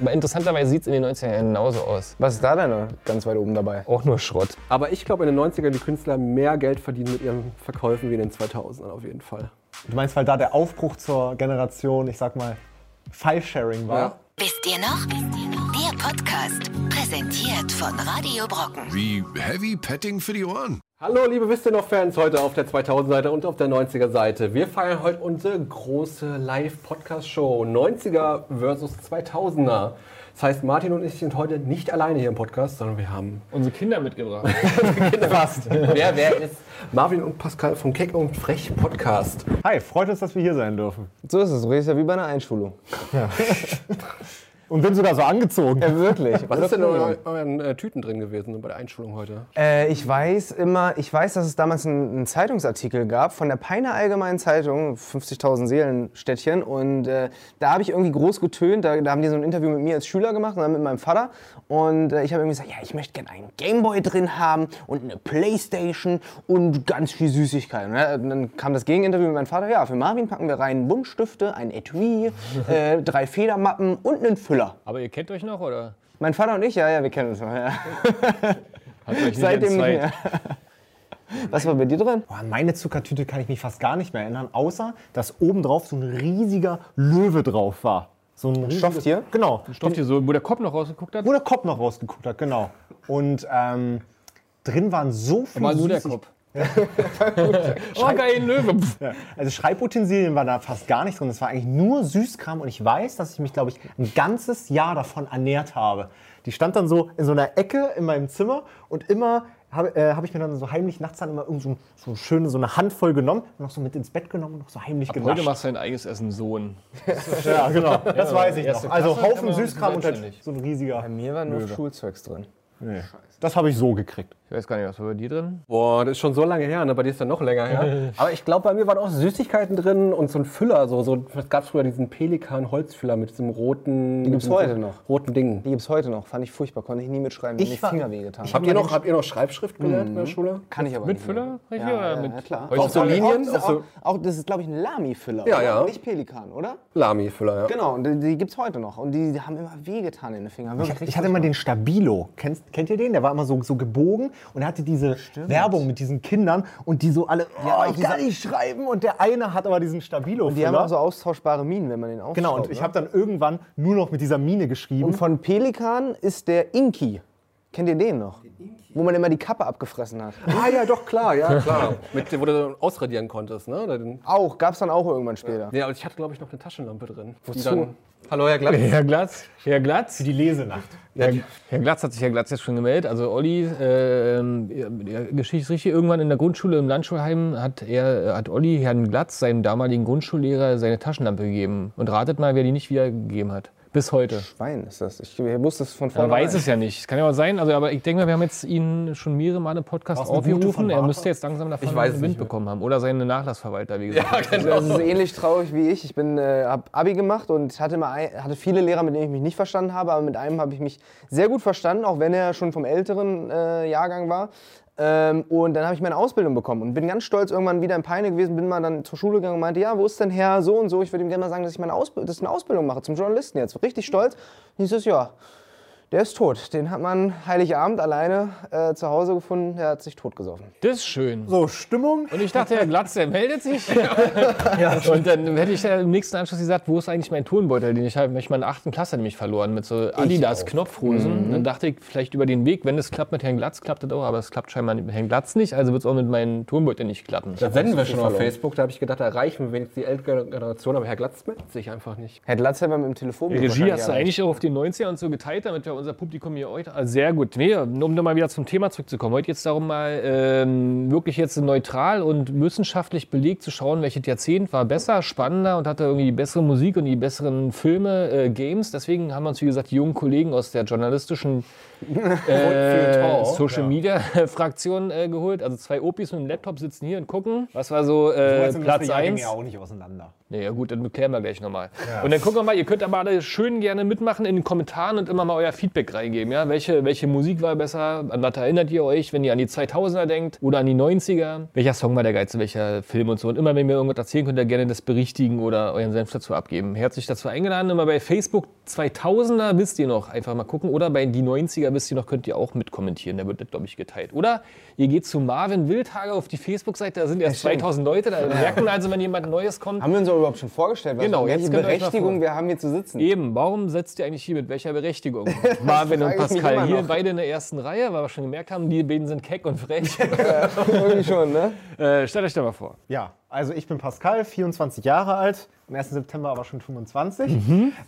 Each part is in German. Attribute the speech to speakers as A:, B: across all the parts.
A: Aber interessanterweise sieht es in den 90er Jahren genauso aus.
B: Was ist da denn ganz weit oben dabei?
A: Auch nur Schrott.
C: Aber ich glaube, in den 90ern die Künstler mehr Geld verdienen mit ihren Verkäufen wie in den 2000ern auf jeden Fall.
D: Du meinst, weil da der Aufbruch zur Generation, ich sag mal, File-Sharing war?
C: Ja.
E: Wisst ihr noch? Der Podcast, präsentiert von Radio Brocken.
F: Wie Heavy Petting für die Ohren.
C: Hallo liebe Wisst ihr noch Fans, heute auf der 2000-Seite und auf der 90er-Seite. Wir feiern heute unsere große Live-Podcast-Show 90er versus 2000er. Das heißt, Martin und ich sind heute nicht alleine hier im Podcast, sondern wir haben
A: Unsere Kinder mitgebracht.
C: Fast. wer, wer ist Marvin und Pascal vom Keck und Frech Podcast?
D: Hi, freut uns, dass wir hier sein dürfen.
B: So ist es. Du redest ja wie bei einer Einschulung.
D: Und bin sogar so angezogen.
B: Ja, wirklich.
C: Was ist denn in eu- euren äh, Tüten drin gewesen bei der Einschulung heute?
B: Äh, ich weiß immer, ich weiß, dass es damals einen, einen Zeitungsartikel gab von der Peiner Allgemeinen Zeitung, 50.000 Seelenstädtchen. Und äh, da habe ich irgendwie groß getönt. Da, da haben die so ein Interview mit mir als Schüler gemacht und dann mit meinem Vater. Und äh, ich habe irgendwie gesagt, ja, ich möchte gerne einen Gameboy drin haben und eine Playstation und ganz viel Süßigkeiten. Ne? Und dann kam das Gegeninterview mit meinem Vater. Ja, für Marvin packen wir rein Buntstifte, ein Etui, äh, drei Federmappen und einen Füller.
A: Aber ihr kennt euch noch, oder?
B: Mein Vater und ich, ja, ja, wir kennen uns noch. Ja.
A: Habt ihr euch nicht
B: Seitdem nicht
A: entzweit?
B: mehr. Was war bei dir drin?
D: Boah, Oh, an meine Zuckertüte kann ich mich fast gar nicht mehr erinnern, außer dass obendrauf so ein riesiger Löwe drauf war. So ein riesiges-
B: Stofftier?
D: Genau.
A: Stoff hier so, wo der Kopf noch rausgeguckt hat?
D: Wo der Kopf noch rausgeguckt hat, genau. Und ähm, drin waren so viele.
A: War nur der
D: Süßig-
A: Kopf. oh, geil, ein Löwe. Pff.
D: Ja. Also Schreibutensilien war da fast gar nicht drin. Es war eigentlich nur Süßkram und ich weiß, dass ich mich, glaube ich, ein ganzes Jahr davon ernährt habe. Die stand dann so in so einer Ecke in meinem Zimmer und immer habe äh, hab ich mir dann so heimlich nachts dann immer irgend so, ein- so eine schöne, so eine Handvoll genommen und noch so mit ins Bett genommen und noch so heimlich
A: Heute
D: genascht.
A: machst du dein eigenes Essen, Sohn.
D: Ja, genau. Das weiß ich
A: erste
D: noch. Also
A: Klasse kann
D: Haufen
A: man
D: Süßkram und halt
A: selbstständig.
D: so ein riesiger.
B: Mir war nur Schulzeugs drin.
D: Nee. Das habe ich so gekriegt.
A: Ich weiß gar nicht, was war bei dir drin?
C: Boah, das ist schon so lange her, ne? bei dir ist ja noch länger her. Aber ich glaube, bei mir waren auch Süßigkeiten drin und so ein Füller. So, so, es gab früher diesen Pelikan-Holzfüller mit diesem roten, mit
B: gibt's
C: diesem
B: heute noch.
C: roten Ding.
B: Die gibt's heute noch. Fand ich furchtbar. Konnte ich nie mitschreiben.
D: Ich
B: Ich die
D: war-
B: Finger wehgetan.
C: Habt ihr, noch, habt ihr noch Schreibschrift gelernt in der Schule?
B: Kann ich aber
A: Mit
B: nicht.
A: Füller?
B: mehr.
A: Richtig?
B: Ja,
A: oder
B: ja,
A: mit
B: ja, klar.
A: Heutzutage-
C: Auch so Linien?
B: Mhm. Auch,
C: Auch so
B: auch, das ist, glaube ich, ein Lami-Füller.
C: also Ja,
B: oder?
C: ja.
B: Nicht Pelikan, oder?
C: Lami-Füller, ja.
B: Genau, und die, die gibt's heute noch. Und die, die haben immer wehgetan in den Fingern.
D: Ich, ich hatte immer den Stabilo. Kennst, kennt ihr den? Der war immer so, so gebogen und er hatte diese Werbung mit diesen Kindern und die so alle, oh, ich kann nicht schreiben. Und der eine hat aber diesen Stabilo.
B: die haben auch so austauschbare Minen, wenn man den aufschraubt.
D: genau, und ich
B: ne?
D: habe dann irgendwann nur noch mit dieser Mine geschrieben.
B: Und von Pelikan ist der Inki. Kennt ihr den noch? Wo man immer die Kappe abgefressen hat.
C: Ah ja, doch, klar, ja,
B: Genau.
C: klar. Mit, dem- wo du ausradieren konntest, ne? Oder den-
B: Auch, gab's dann auch irgendwann später.
C: Ja, aber also ich hatte, glaube ich, noch eine Taschenlampe drin. die
B: Wozu?
C: dann- Hallo, Herr Glatt.
A: Herr Glatz? Herr Glatz?
D: die Lesenacht.
A: Herr, Herr Glatz hat sich Herr Glatz jetzt schon gemeldet. Also Olli, äh, ähm, ja, Geschichte ist richtig, irgendwann in der Grundschule im Landschulheim hat, er, äh, hat Olli Herrn Glatz, seinem damaligen Grundschullehrer, seine Taschenlampe gegeben. Und ratet mal, wer die nicht wiedergegeben hat. Bis heute.
B: Wein ist das. Ich wusste es von
A: Man
B: vornherein.
A: weiß es ja nicht. Es kann ja auch sein. Also, aber ich denke mal, wir haben jetzt ihn schon mehrere Male im Podcast
D: War's eine gute
A: aufgerufen.
D: von
A: Er
D: Bartha?
A: müsste jetzt langsam davon
C: Ich weiß es
A: Wind
C: nicht mehr.
A: bekommen haben. Oder seine Nachlassverwalter, wie gesagt.
B: Das ist ähnlich traurig wie ich. Ich bin, äh, habe Abi gemacht und hatte, immer ein, hatte viele Lehrer, mit denen ich mich nicht verstanden habe, aber mit einem habe ich mich sehr gut verstanden, auch wenn er schon vom älteren äh, Jahrgang war. Ähm, und dann habe ich meine Ausbildung bekommen und bin ganz stolz irgendwann wieder in Peine gewesen, bin mal dann zur Schule gegangen und meinte, ja, wo ist denn Herr so und so? Ich würde ihm gerne mal sagen, dass ich, meine Ausbildung, dass ich eine Ausbildung mache zum Journalisten jetzt. Richtig stolz. Und ich so, ja, der ist tot. Den hat man Heiligabend alleine äh, zu Hause gefunden. Der hat sich totgesoffen.
A: Das ist schön.
D: So, Stimmung.
B: Äh,
A: Und ich dachte, Herr Glatz, der meldet sich. und dann hätte ich ja im nächsten Anschluss gesagt, wo ist eigentlich mein Turnbeutel, den ich habe ich meiner achten Klasse nämlich verloren mit so Adidas Knopfhosen. Dann dachte ich vielleicht über den Weg, wenn es klappt mit Herrn Glatz, klappt das auch, aber es klappt scheinbar mit Herrn Glatz nicht, also wird es auch mit meinem Turnbeutel nicht klappen.
C: Da senden wir schon auf Facebook. Da habe ich gedacht, da erreichen wir wenigstens die ältere Generation. Aber Herr Glatz meldet sich einfach nicht.
B: Herr Glatz hat man mit dem Telefon
A: Die Regie hast du eigentlich auch auf den 90er und so geteilt, damit wir unser Publikum hier heute. Also sehr gut. Nee, um nochmal wieder zum Thema zurückzukommen. Heute jetzt darum mal ähm, wirklich jetzt neutral und wissenschaftlich belegt zu schauen, welches Jahrzehnt war besser, spannender und hatte irgendwie die bessere Musik und die besseren Filme, äh, Games. Deswegen haben wir uns, wie gesagt, die jungen Kollegen aus der journalistischen äh, Social Media Fraktion äh, geholt. Also zwei Opis mit einem Laptop sitzen hier und gucken. Was war so äh, Platz 1?
D: ja auch nicht auseinander.
A: Naja gut, dann klären wir gleich nochmal. Und dann gucken wir mal, ihr könnt aber alle schön gerne mitmachen in den Kommentaren und immer mal euer Feedback reingeben. Ja? Welche, welche Musik war besser? An was erinnert ihr euch, wenn ihr an die 2000er denkt oder an die 90er? Welcher Song war der geilste? Welcher Film und so? Und immer, wenn ihr irgendwas erzählen könnt, ihr gerne das berichtigen oder euren Senf dazu abgeben. Herzlich dazu eingeladen. Immer bei Facebook 2000er wisst ihr noch. Einfach mal gucken. Oder bei die 90er wisst ihr noch, könnt ihr auch mitkommentieren. Da wird, glaube ich, geteilt. Oder ihr geht zu Marvin Wildhage auf die Facebook-Seite. Da sind erst 2000 Leute. Da merken also, wenn jemand Neues kommt.
B: Haben wir uns auch überhaupt schon vorgestellt, was
A: Genau,
B: welche
A: jetzt könnt ihr euch mal
B: Berechtigung
A: vor-
B: wir haben, hier zu sitzen?
A: Eben, warum setzt ihr eigentlich hier mit welcher Berechtigung? Marvin und
B: frage ich mich immer
A: Pascal hier
B: noch.
A: beide in der ersten Reihe, weil wir schon gemerkt haben, die beiden sind keck und frech.
B: Irgendwie schon, ne?
A: äh, stellt euch da mal vor.
D: Ja, also ich bin Pascal, 24 Jahre alt, am 1. September aber schon 25.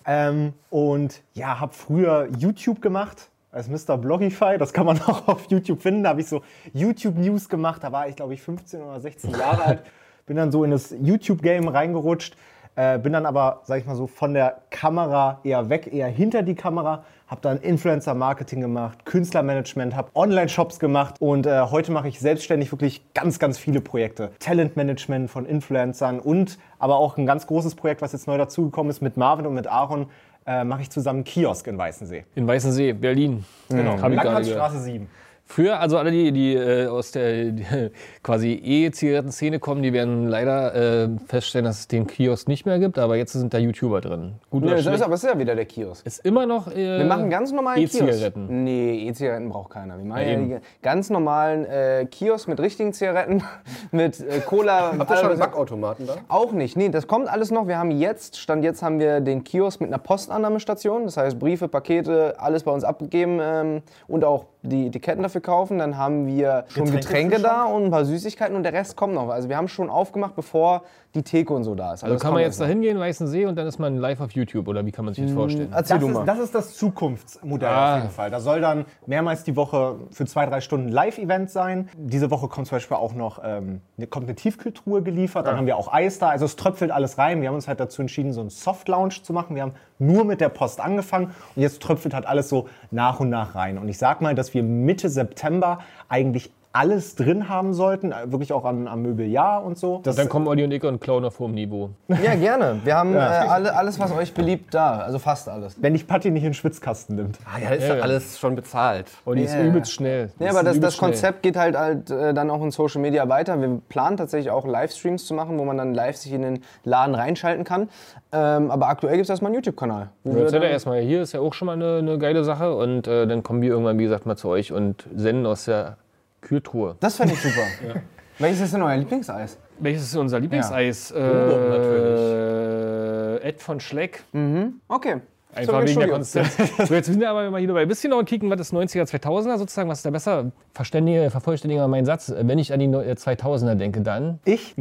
D: Ähm, und ja, habe früher YouTube gemacht als Mr. Blogify, das kann man auch auf YouTube finden. Da habe ich so YouTube News gemacht, da war ich glaube ich 15 oder 16 Jahre alt. Bin dann so in das YouTube-Game reingerutscht, äh, bin dann aber, sag ich mal so, von der Kamera eher weg, eher hinter die Kamera. Hab dann Influencer-Marketing gemacht, Künstlermanagement, hab Online-Shops gemacht und äh, heute mache ich selbstständig wirklich ganz, ganz viele Projekte. Talentmanagement von Influencern und aber auch ein ganz großes Projekt, was jetzt neu dazugekommen ist mit Marvin und mit Aaron, äh, mache ich zusammen einen Kiosk in Weißensee.
A: In Weißensee, Berlin. Genau. Hab ich gerade gehört.
D: Langhansstraße 7.
A: Früher, also alle, die, die äh, aus der die, quasi E-Zigaretten-Szene kommen, die werden leider äh, feststellen, dass es den Kiosk nicht mehr gibt, aber jetzt sind da YouTuber drin. Gut
B: Nö,
A: oder
B: das ist
A: schlecht,
B: aber das ist ja wieder der Kiosk.
A: ist immer noch. Äh,
B: Wir machen ganz normalen
A: E-Zigaretten.
B: Kiosk. Nee, E-Zigaretten braucht keiner. Wir machen
A: Ja,
B: ja,
A: eben.
B: die ganz normalen äh, Kiosk mit richtigen Zigaretten, mit äh, Cola.
C: Habt ihr schon einen
B: alles-
C: Backautomaten da?
B: auch nicht. Nee, das kommt alles noch. Wir haben jetzt, Stand jetzt haben wir den Kiosk mit einer Postannahmestation. Das heißt, Briefe, Pakete, alles bei uns abgegeben ähm, und auch die Etiketten dafür kaufen. Dann haben wir schon Getränke da und ein paar Süßigkeiten und der Rest kommt noch. Also wir haben schon aufgemacht, bevor die Theke und so da ist.
A: Also
B: das
A: kann
B: kommt
A: man
B: erst
A: jetzt da hingehen, Weißensee, und dann ist man live auf YouTube, oder wie kann man sich das vorstellen?
B: noch. Erzähl
D: Das
B: du mal.
D: ist, das ist das Zukunftsmodell
A: Ah.
D: auf jeden Fall. Da soll dann mehrmals die Woche für zwei, drei Stunden Live-Event sein. Diese Woche kommt zum Beispiel auch noch ähm, eine, kommt eine Tiefkühltruhe geliefert. Dann
B: Ah.
D: haben wir auch Eis da. Also es tröpfelt alles rein. Wir haben uns halt dazu entschieden, so einen Soft-Lounge zu machen. Wir haben nur mit der Post angefangen und jetzt tröpfelt halt alles so nach und nach rein. Und ich sag mal, dass wir Mitte September eigentlich alles drin haben sollten, äh, wirklich auch am, am Möbeljahr und so. Das
A: Dann kommen Olli und ich und klauen auf hohem Niveau.
B: Ja, gerne. Wir haben äh, alle, alles, was euch beliebt, da. Also fast alles.
D: wenn dich Patti nicht in den Schwitzkasten nimmt.
C: Ah, ja, ist ja alles schon bezahlt.
A: Olli ist
B: Ja.
A: übelst schnell.
B: Ja,
A: Ist
B: aber das, das
A: übelst schnell.
B: Konzept geht halt, halt äh, dann auch in Social Media weiter. Wir planen tatsächlich auch Livestreams zu machen, wo man dann live sich in den Laden reinschalten kann. Ähm, aber aktuell gibt es erstmal einen YouTube-Kanal. wo wir
A: Jetzt seid ihr
B: dann-
A: erstmal hier, ist ja auch schon mal eine, eine geile Sache. Und äh, dann kommen wir irgendwann, wie gesagt, mal zu euch und senden aus der Kühltruhe.
B: Das fände ich super. Welches ist denn euer Lieblingseis?
A: Welches ist unser Lieblingseis?
C: Bum-Bum
A: natürlich. Ed von Schleck.
D: Hm.
B: Okay.
A: Einfach wegen der Konstanz. So, jetzt sind wir aber mal hier dabei. Bisschen noch und kicken, was ist 90er, 2000er sozusagen? Was ist da besser? Verständige, vervollständige mal meinen Satz. Wenn ich an die Neu- äh, 2000er denke, dann.
D: Ich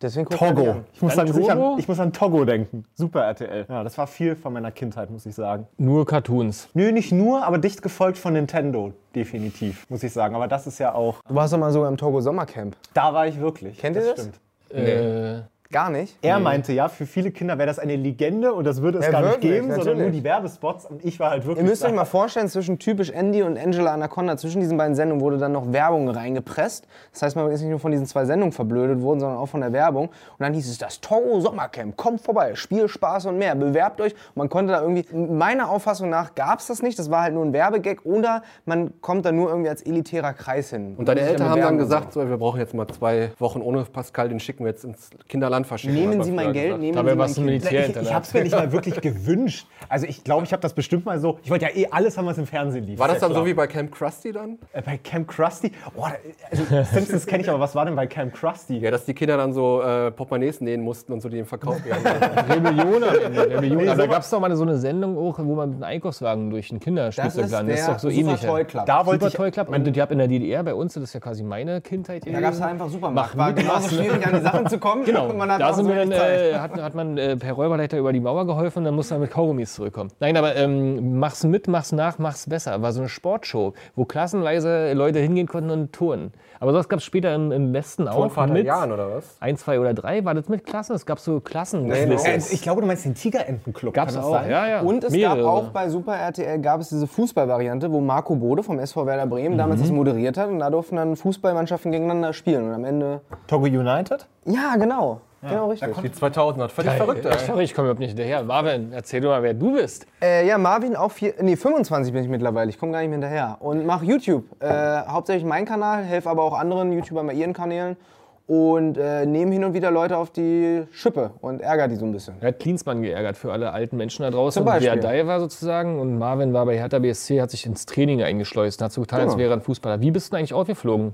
B: Deswegen guckt man die
D: Togo.
B: an.
D: Ich muss,
A: Dann
D: sagen, dass ich
A: Togo?
D: an, ich muss an Togo denken. Super RTL. Ja, das war viel von meiner Kindheit, muss ich sagen.
A: Nur Cartoons.
D: Nö, nicht nur, aber dicht gefolgt von Nintendo. Definitiv, muss ich sagen. Aber das ist ja auch.
B: Du warst doch mal sogar im Togo Sommercamp.
D: Da war ich wirklich.
B: Kennt ihr das?
D: Stimmt.
A: Äh,
B: Gar nicht?
D: Er meinte ja, für viele Kinder wäre das eine Legende und das würde es
B: Ja,
D: gar
B: wirklich,
D: nicht geben, sondern nur
B: natürlich.
D: die Werbespots. Und ich war halt wirklich.
B: Ihr müsst
D: da.
B: euch mal vorstellen, zwischen typisch Andy und Angela Anaconda, zwischen diesen beiden Sendungen wurde dann noch Werbung reingepresst. Das heißt, man ist nicht nur von diesen zwei Sendungen verblödet worden, sondern auch von der Werbung. Und dann hieß es, das Togo Sommercamp, kommt vorbei, Spiel, Spaß und mehr, bewerbt euch. Und man konnte da irgendwie, meiner Auffassung nach gab es das nicht, das war halt nur ein Werbegag oder man kommt da nur irgendwie als elitärer Kreis hin.
C: Und deine
B: Muss sich
C: Eltern haben
B: bewerben
C: dann
B: und so.
C: gesagt, so, wir brauchen jetzt mal zwei Wochen ohne Pascal, den schicken wir jetzt ins Kinderland verschicken.
B: Nehmen
C: hat man
B: Sie mein
C: früher
B: Geld,
C: gesagt.
B: nehmen
A: Dabei
B: Sie mein
A: warst du
B: Kind.
A: Militär
D: Ich, ich hab's mir nicht mal wirklich gewünscht. Also ich glaube, ich habe das bestimmt mal so. Ich wollte ja eh alles haben, was im Fernsehen lief.
C: War das
D: Ist ja
C: dann so
D: klar.
C: wie bei Camp Krusty dann?
D: Äh, bei Camp Krusty? Oh, da- also Simpsons kenne ich, aber was war denn bei Camp Krusty?
C: Ja, dass die Kinder dann so äh, Portemonnaies nähen mussten und so die im Verkauf gegangen sind.
A: Rebellion am Ende. Rebellion.
D: Nee,
A: Aber da
D: sowas-
A: gab es doch mal so eine Sendung auch, wo man mit einem Einkaufswagen durch einen
B: das
A: Kinderspielzeug
B: ist, der
A: gelandet ist. Das ist doch so ähnlich.
B: Super Toy Club.
D: Da wollte
A: Super
D: ich
A: Toy Club. Und ich habe in der DDR bei uns, das ist ja quasi meine Kindheit.
B: Da halt- gab es einfach Supermarkt.
A: Mach
B: War
A: mit
B: genauso
A: was, ne?
B: schwierig, an die Sachen zu kommen.
A: Genau,
B: Und man hat
A: da
B: auch
A: sind wir
B: wenig
A: dann,
B: Zeit.
A: äh, hat, hat man äh, per Räuberleiter über die Mauer geholfen und dann musste man mit Kaugummis zurückkommen. Nein, aber ähm, mach's mit, mach's nach, mach's besser. War so eine Sportshow, wo klassenweise Leute hingehen konnten und touren. Aber sowas gab es später im, im Westen auch.
C: Vater
A: mit
C: Jan, oder was?
A: Ein, zwei oder drei war das mit Klassen. Es gab so Klassen.
D: Äh, Ich glaube, du meinst den Tigerentenclub.
A: Gab's
D: Kann das
A: auch,
D: sein?
A: ja, ja.
B: Und es gab
A: Mehrere.
B: auch bei Super RTL gab es diese Fußballvariante, wo Marco Bode vom SV Werder Bremen damals
A: Mhm.
B: das moderiert hat und da durften dann Fußballmannschaften gegeneinander spielen und am Ende
D: Togo United?
B: ja genau. Genau, richtig.
C: Die 2000er, völlig verrückt.
A: Ach, sorry, ich komme überhaupt nicht hinterher. Marvin, erzähl doch mal, wer du bist.
B: Äh, ja, Marvin auch vier, nee, 25 bin ich mittlerweile. Ich komme gar nicht mehr hinterher. Und mache YouTube. Äh, hauptsächlich meinen Kanal, helfe aber auch anderen YouTubern bei ihren Kanälen und äh, nehme hin und wieder Leute auf die Schippe und ärgere die so ein bisschen.
A: Er hat Klinsmann geärgert für alle alten Menschen da draußen.
B: Zum Beispiel.
A: Dai war sozusagen und Marvin war bei Hertha BSC, hat sich ins Training eingeschleust und hat so getan,
D: Genau.
A: als wäre er ein Fußballer. Wie bist du denn eigentlich aufgeflogen?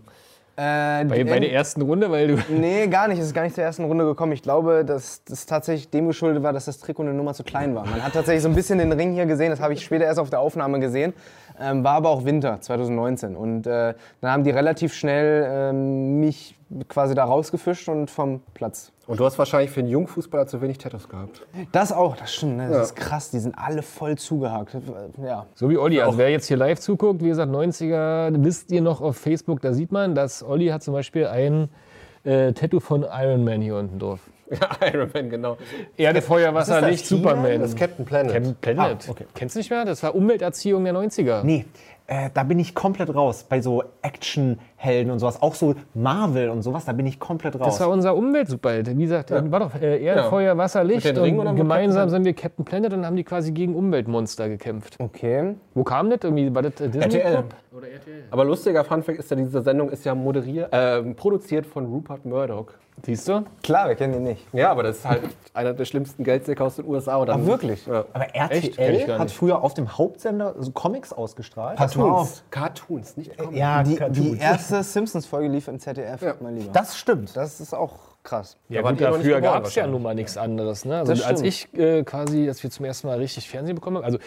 B: Äh,
A: Bei, bei der ersten Runde, weil du.
B: nee, gar nicht. Es ist gar nicht zur ersten Runde gekommen. Ich glaube, dass das tatsächlich dem geschuldet war, dass das Trikot eine Nummer zu klein war. Man hat tatsächlich so ein bisschen den Ring hier gesehen. Das habe ich später erst auf der Aufnahme gesehen. Ähm, war aber auch Winter 2019. Und äh, dann haben die relativ schnell ähm, mich quasi da rausgefischt und vom Platz.
C: Und du hast wahrscheinlich für einen jungen Fußballer zu wenig Tattoos gehabt.
B: Das auch, das stimmt. Ne? Das ist krass. Die sind alle voll zugehakt. Ja.
A: So wie Olli. Also wer jetzt hier live zuguckt, wie gesagt, 90er, wisst ihr noch auf Facebook, da sieht man, dass Olli hat zum Beispiel ein äh, Tattoo von Iron Man hier unten drauf.
C: Ja, Iron Man, genau.
A: Erde, Feuer, Wasser,
D: das,
A: Licht,
D: China?
A: Superman.
C: Das ist Captain Planet.
A: Captain Planet. Kennst du nicht mehr? Das war Umwelterziehung der 90er.
D: Nee, äh, da bin ich komplett raus. Bei so Actionhelden und sowas, auch so Marvel und sowas, da bin ich komplett raus.
A: Das war unser Umweltsuperheld. Wie gesagt, war doch äh, Erde,
C: Ja.
A: Feuer, Wasser, Licht.
C: den Ringen oder
A: und
C: mit
A: gemeinsam
C: Captain Oh.
A: sind wir Captain Planet und haben die quasi gegen Umweltmonster gekämpft.
B: Okay.
A: Wo kam das? Irgendwie war das äh, Disney?
C: RTL. Aber lustiger Funfact ist ja, diese Sendung ist ja moderiert, äh, produziert von Rupert Murdoch.
A: Siehst du?
B: Klar, wir kennen ihn nicht.
C: Ja, aber das ist halt einer der schlimmsten Geldsäcke aus den USA. Und dann,
B: Ach, wirklich?
C: Ja.
D: Aber
A: Kenn ich
D: RTL
A: gar
D: hat
A: nicht.
D: früher auf dem Hauptsender so Comics ausgestrahlt.
B: Pass mal auf.
C: Oh, Cartoons, nicht Comics.
D: Ja,
B: Die, die
D: Cartoons.
B: erste Simpsons-Folge lief im ZDF, mein Lieber.
D: Das stimmt.
B: Das ist auch krass.
A: Ja,
C: Da wart
A: gut,
C: ihr noch nicht
A: dafür
C: geboren
A: gab es ja
C: wahrscheinlich.
A: nun mal nichts anderes. Ne? Also
B: Das
A: als ich äh, quasi, als wir zum ersten Mal richtig Fernsehen bekommen haben, also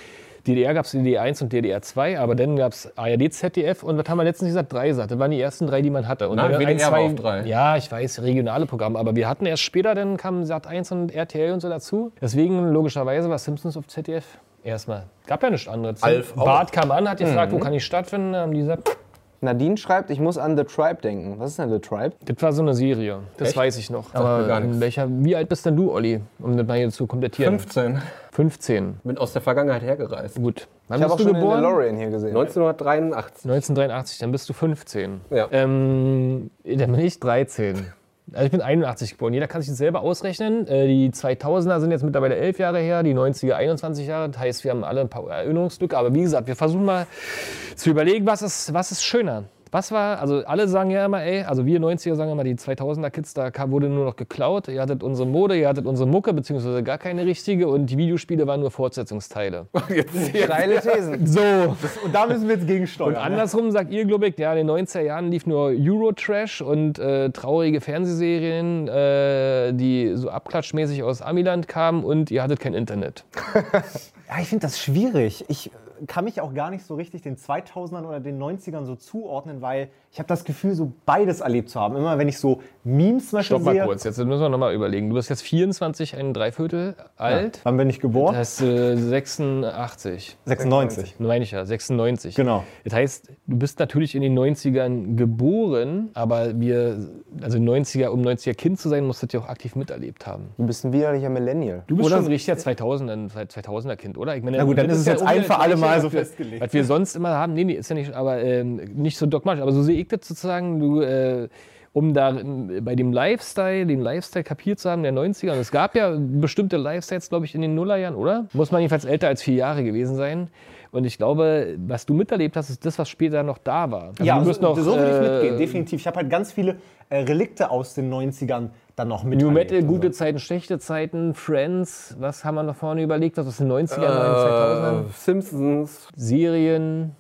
A: DDR gab es DDR 1 und DDR 2, aber dann gab es ARD, ZDF und was haben wir letztens gesagt? Drei Sachen. Das waren die ersten drei, die man hatte. Und
C: Nein,
A: dann
C: WDR
A: ein,
C: war
A: zwei-
C: auf drei.
A: Ja, ich weiß, regionale Programme, aber wir hatten erst später, dann kamen Sat 1 und RTL und so dazu. Deswegen logischerweise war Simpsons auf ZDF erstmal. Gab ja nichts anderes.
C: Alf auch. Mhm.
A: Bart kam an, hat gefragt, wo kann ich stattfinden, haben die gesagt,
B: Nadine schreibt, ich muss an The Tribe denken. Was ist denn The Tribe?
A: das war so eine Serie. Das weiß ich noch. Aber
C: gar nichts.
A: in welcher, wie alt bist denn du, Olli, um das mal hier zu komplettieren?
C: 15.
A: 15.
C: Bin aus der Vergangenheit hergereist.
A: Gut. Wann
B: Ich habe auch
A: bist du
B: schon den
A: geboren?
B: DeLorean hier gesehen.
C: 1983.
A: 1983, dann bist du 15.
C: Ja.
A: Ähm, dann bin ich 13. Also ich bin 81 geboren. Jeder kann sich das selber ausrechnen. Äh, die 2000er sind jetzt mittlerweile 11 Jahre her, die 90er 21 Jahre. Das heißt, wir haben alle ein paar Erinnerungslücke. Aber wie gesagt, wir versuchen mal zu überlegen, was ist, was ist schöner. Was war, also alle sagen ja immer, ey, also wir 90er sagen immer, die 2000er Kids, da kam- wurde nur noch geklaut. Ihr hattet unsere Mode, ihr hattet unsere Mucke, beziehungsweise gar keine richtige. Und die Videospiele waren nur Fortsetzungsteile.
B: Steile Thesen.
A: So.
D: Und da müssen wir jetzt ne? gegensteuern.
A: Und andersrum sagt ihr, glaube ich, ja, in den 90er Jahren lief nur Euro-Trash und äh, traurige Fernsehserien, äh, die so abklatschmäßig aus Amiland kamen und ihr hattet kein Internet.
D: Ja, ich finde das schwierig. Ich äh, kann mich auch gar nicht so richtig den 2000ern oder den 90ern so zuordnen, weil ich habe das Gefühl, so beides erlebt zu haben. Immer wenn ich so Memes zum Beispiel
A: Stopp mal
D: sehe.
A: kurz, jetzt müssen wir nochmal überlegen. Du bist jetzt 24, ein Dreiviertel alt.
D: Wann bin ich geboren?
A: Das heißt äh, 86.
D: 96.
A: Meine ich ja, 96.
D: Genau.
A: Das heißt, du bist natürlich in den 90ern geboren, aber wir, also 90er, um 90er Kind zu sein, musstet ihr auch aktiv miterlebt haben.
B: Du bist ein widerlicher Millennial.
A: Du bist oder schon ein richtiger 2000er, 2000er Kind, oder? Ich meine,
D: Na gut, dann
A: das
D: ist es jetzt
A: ungefähr
D: ein für alle
A: das Gleiche,
D: Mal so
A: was wir-
D: festgelegt.
A: Was wir sonst immer haben, nee, nee, ist ja nicht, aber ähm, nicht so dogmatisch, aber so sehe ich das sozusagen, du, äh, um da ähm, bei dem Lifestyle, den Lifestyle kapiert zu haben der 90er, und es gab ja bestimmte Lifestyles, glaube ich, in den Nullerjahren, oder? Muss man jedenfalls älter als vier Jahre gewesen sein. Und ich glaube, was du miterlebt hast, ist das, was später noch da war. Also
D: Ja,
A: du bist noch,
D: so, so würde ich
A: äh,
D: mitgehen, definitiv. Ich habe halt ganz viele äh, Relikte aus den 90ern dann noch mit.
A: New Metal, gute Zeiten, schlechte Zeiten, Friends, was haben wir noch vorne überlegt, was aus den 90ern, 2000ern?
C: Äh, Simpsons,
A: Serien.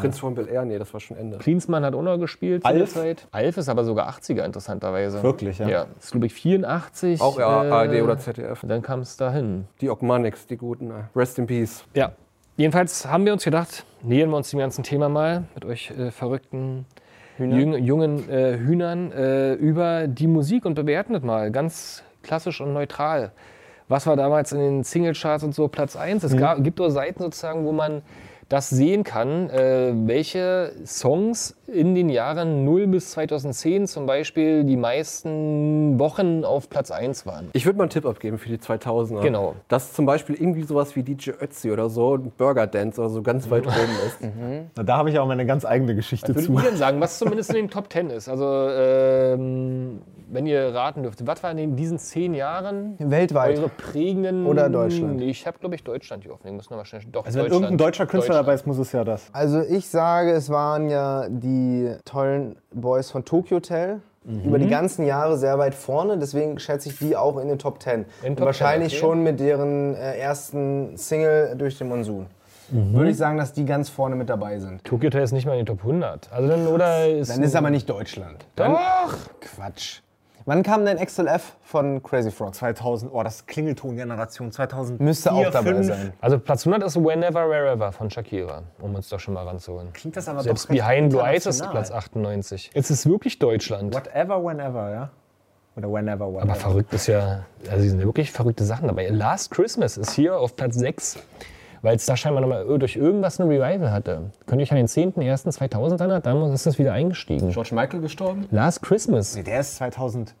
C: Prinz von Bel Air, nee, das war schon Ende.
A: Klinsmann hat auch noch gespielt zu der
D: Alf?
A: Zeit. Alf ist aber sogar 80er interessanterweise.
D: Wirklich, ja.
A: Ja, ist glaube ich 84.
C: Auch ja,
A: äh,
C: ARD oder ZDF.
A: Dann kam es dahin.
C: Die Ogmanics, die guten. äh, Rest in Peace.
A: Ja. Jedenfalls haben wir uns gedacht, nähern wir uns dem ganzen Thema mal mit euch äh, verrückten jüng- jungen äh, Hühnern äh, über die Musik und bewerten das mal ganz klassisch und neutral. Was war damals in den Singlecharts und so Platz 1? Es gab, gibt nur Seiten sozusagen, wo man das sehen kann, äh, welche Songs in den Jahren 0 bis 2010 zum Beispiel die meisten Wochen auf Platz 1 waren.
C: Ich würde mal einen Tipp abgeben für die 2000er.
A: Genau.
C: Dass zum Beispiel irgendwie sowas wie DJ Ötzi oder so, ein Burger Dance oder so ganz
A: Mhm.
C: weit oben ist.
D: Na, Also, da habe ich auch meine ganz eigene Geschichte
A: Würdet
D: zu.
A: Also ihr denn sagen, was zumindest in den Top 10 ist? Also, ähm, wenn ihr raten dürft, was waren in diesen zehn Jahren
B: Weltweit.
A: eure prägenden.
B: Oder Deutschland.
A: Nee, Ich habe, glaube ich, Deutschland hier aufnehmen müssen. Aber wahrscheinlich doch
D: Also wenn irgendein deutscher Künstler dabei
A: Deutschland.
D: ist, muss es ja das.
B: Also ich sage, es waren ja die tollen Boys von Tokyo Hotel über die ganzen Jahre sehr weit vorne, deswegen schätze ich die auch in den Top Ten.
A: In
B: Und
A: Top
B: wahrscheinlich
A: 10, okay.
B: schon mit deren äh, ersten Single durch den Monsun. Würde ich sagen, dass die ganz vorne mit dabei sind.
A: Tokyo Hotel ist nicht mal in den Top 100. Also dann, oder ist.
B: Dann ist es aber nicht Deutschland.
A: Doch!
B: Quatsch. Wann kam denn XLF von Crazy Frogs?
D: 2000, oh, das Klingelton-Generation 2000.
B: Müsste auch dabei sein.
A: Also Platz 100 ist Whenever, Wherever von Shakira, um uns doch schon mal ranzuholen.
D: Klingt das aber
A: Selbst
D: doch recht
A: Behind Blue Eyes ist
D: international.
A: Platz 98. Jetzt ist wirklich Deutschland.
D: Whatever, whenever, ja? Oder whenever, whenever.
A: Aber verrückt ist ja, also hier sind ja wirklich verrückte Sachen dabei. Last Christmas ist hier auf Platz 6, weil es da scheinbar nochmal durch irgendwas ein Revival hatte. Könnt ihr euch an den 10.01.2000 erinnern? Damals ist es wieder eingestiegen.
C: George Michael gestorben?
A: Last Christmas.
D: Nee, der ist 2011.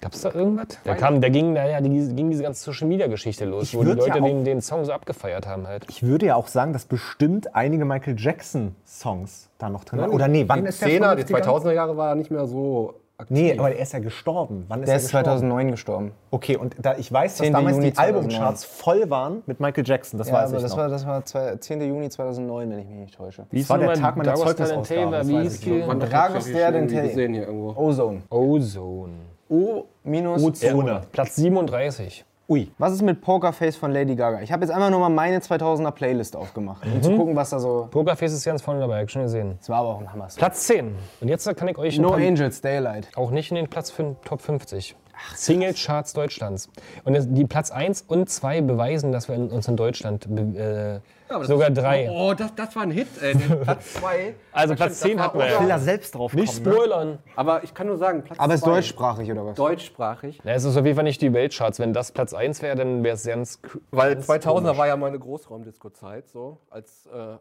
A: Gab es da irgendwas? Da, kam, da ging, naja, die, ging diese ganze Social Media Geschichte los,
D: Ich
A: wo die
D: würd ja
A: Leute
D: auch-
A: den, den Song so abgefeiert haben halt.
D: Ich würde ja auch sagen, dass bestimmt einige Michael Jackson-Songs da noch drin waren. Oder nee, wann
C: Die
D: ist der
C: 10er, die
D: verrückt gegangen?
C: 2000er Jahre war er nicht mehr so aktiv.
D: Nee, aber er ist ja gestorben. Wann ist
B: Der
D: er
B: ist
D: gestorben?
B: 2009 gestorben.
D: Okay, und da, ich weiß, dass
B: 10.
D: damals
B: Juni
D: die Albumcharts
B: 2009.
D: voll waren mit Michael Jackson. Das weiß ich
B: das
D: noch.
B: war, das war zwei, 10. Juni 2009, wenn ich mich nicht täusche.
A: Wie
D: war der
A: nochmal
D: Tag meiner
A: Dragos
D: Zeugnisausgabe,
A: Talentei war,
D: das
A: wie
D: weiß
A: hieß
D: ich
A: die?
D: noch.
C: Mann, das
B: Dragos
C: hab ich
B: der
C: irgendwie
B: Dentell.
C: gesehen hier irgendwo.
B: Ozone.
A: Ozone.
B: O minus
D: Ozone.
A: Platz 37.
D: Ui.
B: Was ist mit Pokerface von Lady Gaga? Ich habe jetzt einfach nur mal meine 2000er Playlist aufgemacht, um
A: Mhm.
B: zu gucken, was da so.
A: Pokerface ist ganz vorne dabei, hab ich schon gesehen.
B: Das war aber auch ein Hammer. Song.
A: Platz 10. Und jetzt kann ich euch ein
B: No
A: paar-
B: Angels, Daylight.
A: auch nicht in den Platz fün- Top 50. Single Charts Deutschlands. Und es- die Platz 1 und 2 beweisen, dass wir in, uns in Deutschland be- äh, sogar 3.
C: Oh, das, das war ein Hit, ey. Der Platz 2.
A: Also Platz 10 hatten wir
D: Ich will
A: ja.
D: da selbst drauf
A: Nicht
D: kommen. Ne?
A: spoilern.
C: Aber ich kann nur sagen, Platz
B: Aber ist
C: zwei,
B: deutschsprachig oder was?
C: Deutschsprachig.
A: Na, es ist auf jeden Fall nicht die Weltcharts. Wenn das Platz 1 wäre, dann wäre es ganz. cr-
C: Weil
A: ganz
C: 2000er
A: komisch.
C: war ja meine Großraumdisco-Zeit, so als äh,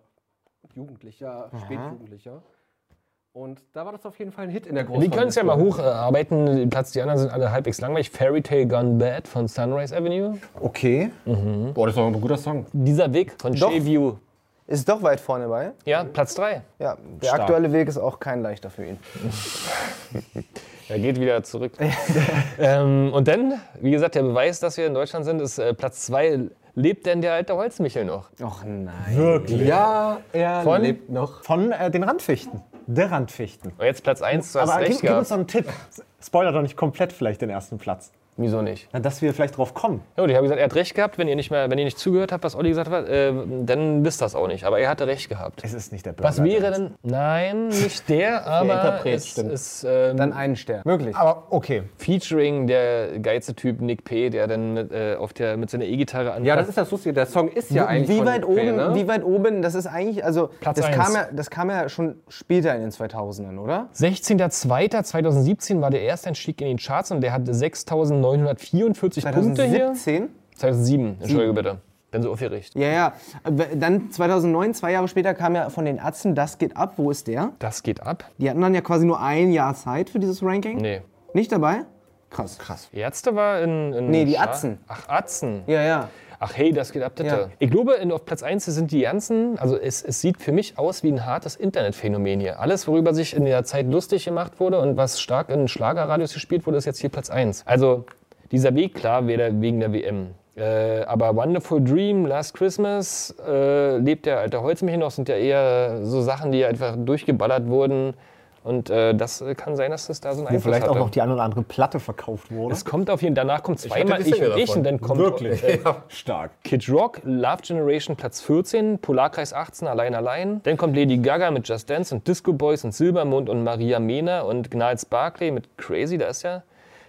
C: Jugendlicher, Spätjugendlicher. Und da war das auf jeden Fall ein Hit in der
A: Wir
C: Großraumdisco.
A: können es ja mal hocharbeiten. Die Platz, die anderen sind alle halbwegs langweilig. Fairy Tale Gone Bad von Sunrise Avenue.
D: Okay.
C: Boah, das war ein guter Song.
A: Dieser Weg von
B: Doch.
A: J-View.
B: Ist doch weit vorne bei.
A: Ja, Platz 3.
B: Ja, der aktuelle Weg ist auch kein leichter für ihn.
A: Er geht wieder zurück. ähm, und dann, wie gesagt, der Beweis, dass wir in Deutschland sind, ist äh, Platz 2. Lebt denn der alte Holzmichel noch?
B: Och nein.
D: Wirklich.
C: Ja, er
A: Von?
C: lebt noch.
D: Von äh, den Randfichten. Der Randfichten.
A: Und jetzt Platz 1, du hast
D: Aber gib,
A: recht
D: gib uns
A: gehabt.
D: doch einen Tipp. Spoiler doch nicht komplett vielleicht den ersten Platz.
A: Wieso nicht?
D: Na, dass wir vielleicht drauf kommen.
A: Ja, gut, ich habe gesagt, er hat recht gehabt. Wenn ihr nicht, mehr, wenn ihr nicht zugehört habt, was Olli gesagt hat, äh, dann wisst das auch nicht. Aber er hatte recht gehabt.
D: Es ist nicht der Burger.
A: Was wäre denn? Nein, nicht der, aber
C: Interpret,
A: es
C: stimmt.
A: ist ähm,
B: Dann einen Stern. Wirklich.
D: Aber okay.
A: Featuring der geilste Typ Nick P., der dann mit, äh, auf der, mit seiner E-Gitarre anfängt.
C: Ja, das ist das Lustige. Der Song ist ja eigentlich.
B: wie
C: von
B: weit
C: Nick Pay,
B: oben,
C: ne?
B: wie weit oben, das ist eigentlich, also
A: Platz
B: das,
A: eins.
B: kam ja, das kam ja schon später in den 2000ern, oder?
A: 16.02.2017 war der Ersteinstieg in den Charts und der hatte 6.944 Punkte hier.
B: 2017?
A: 2007, entschuldige bitte. Bin so aufgeregt.
B: Ja, ja. Aber Dann 2009, zwei Jahre später kam ja von den Atzen, das geht ab, wo ist der?
A: Das geht ab.
B: Die hatten dann ja quasi nur ein Jahr Zeit für dieses Ranking.
A: Nee.
B: Nicht dabei? Krass. Krass.
A: Ärzte war in, in
B: Nee, die
A: Scha-
B: Atzen.
A: Ach, Atzen.
B: Ja, ja.
A: Ach hey, das geht ab, bitte.
B: Ja.
A: Ich glaube, in, auf Platz 1 sind die ganzen, also es, es sieht für mich aus wie ein hartes Internetphänomen hier. Alles, worüber sich in der Zeit lustig gemacht wurde und was stark in Schlagerradios gespielt wurde, ist jetzt hier Platz 1. Also dieser Weg, klar, weder wegen der WM. Äh, aber Wonderful Dream, Last Christmas, äh, lebt der alte Holzmännchen noch, sind ja eher so Sachen, die einfach durchgeballert wurden. Und äh, das äh, kann sein, dass das da so einen
D: Wo
A: Einfluss
D: vielleicht auch
A: hatte.
D: noch die eine oder andere Platte verkauft wurde.
A: es kommt auf jeden Fall, danach kommt zweimal
C: die
A: ich,
C: Single
A: und ich
C: davon.
A: und dann kommt Äh,
D: Ja. Stark.
A: Kid Rock, Love Generation Platz 14, Polarkreis 18, Allein Allein. Dann kommt Lady Gaga mit Just Dance und Disco Boys und Silbermond und Maria Mena und Gnals Barclay mit Crazy, da ist ja.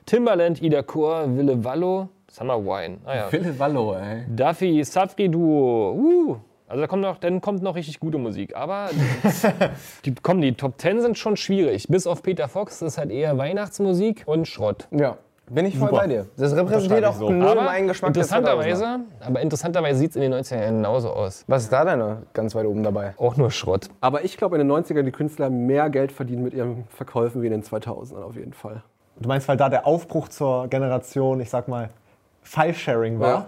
A: Timbaland, Ida Kor, Wille Wallo, Summer Wine. Ah ja.
C: Phil Wallo, ey.
A: Duffy, Safri Duo. Uh. Also da kommt noch, dann kommt noch richtig gute Musik. Aber die, komm, die Top 10 sind schon schwierig. Bis auf Peter Fox, das ist halt eher Weihnachtsmusik und Schrott.
B: Ja. Bin ich voll
D: Super.
B: bei dir. Das repräsentiert
D: Unterschreibe ich
B: auch
D: so.
B: null
A: Aber
B: meinen Geschmack. halt der 2000er.
A: interessanterweise, aber interessanterweise sieht es in den 90ern genauso aus.
B: Was ist da denn ganz weit oben dabei?
A: Auch nur Schrott.
C: Aber ich glaube, in den 90ern die Künstler mehr Geld verdienen mit ihren Verkäufen wie in den 2000ern auf jeden Fall.
D: Du meinst, weil da der Aufbruch zur Generation, ich sag mal, File-Sharing war?
C: Ja.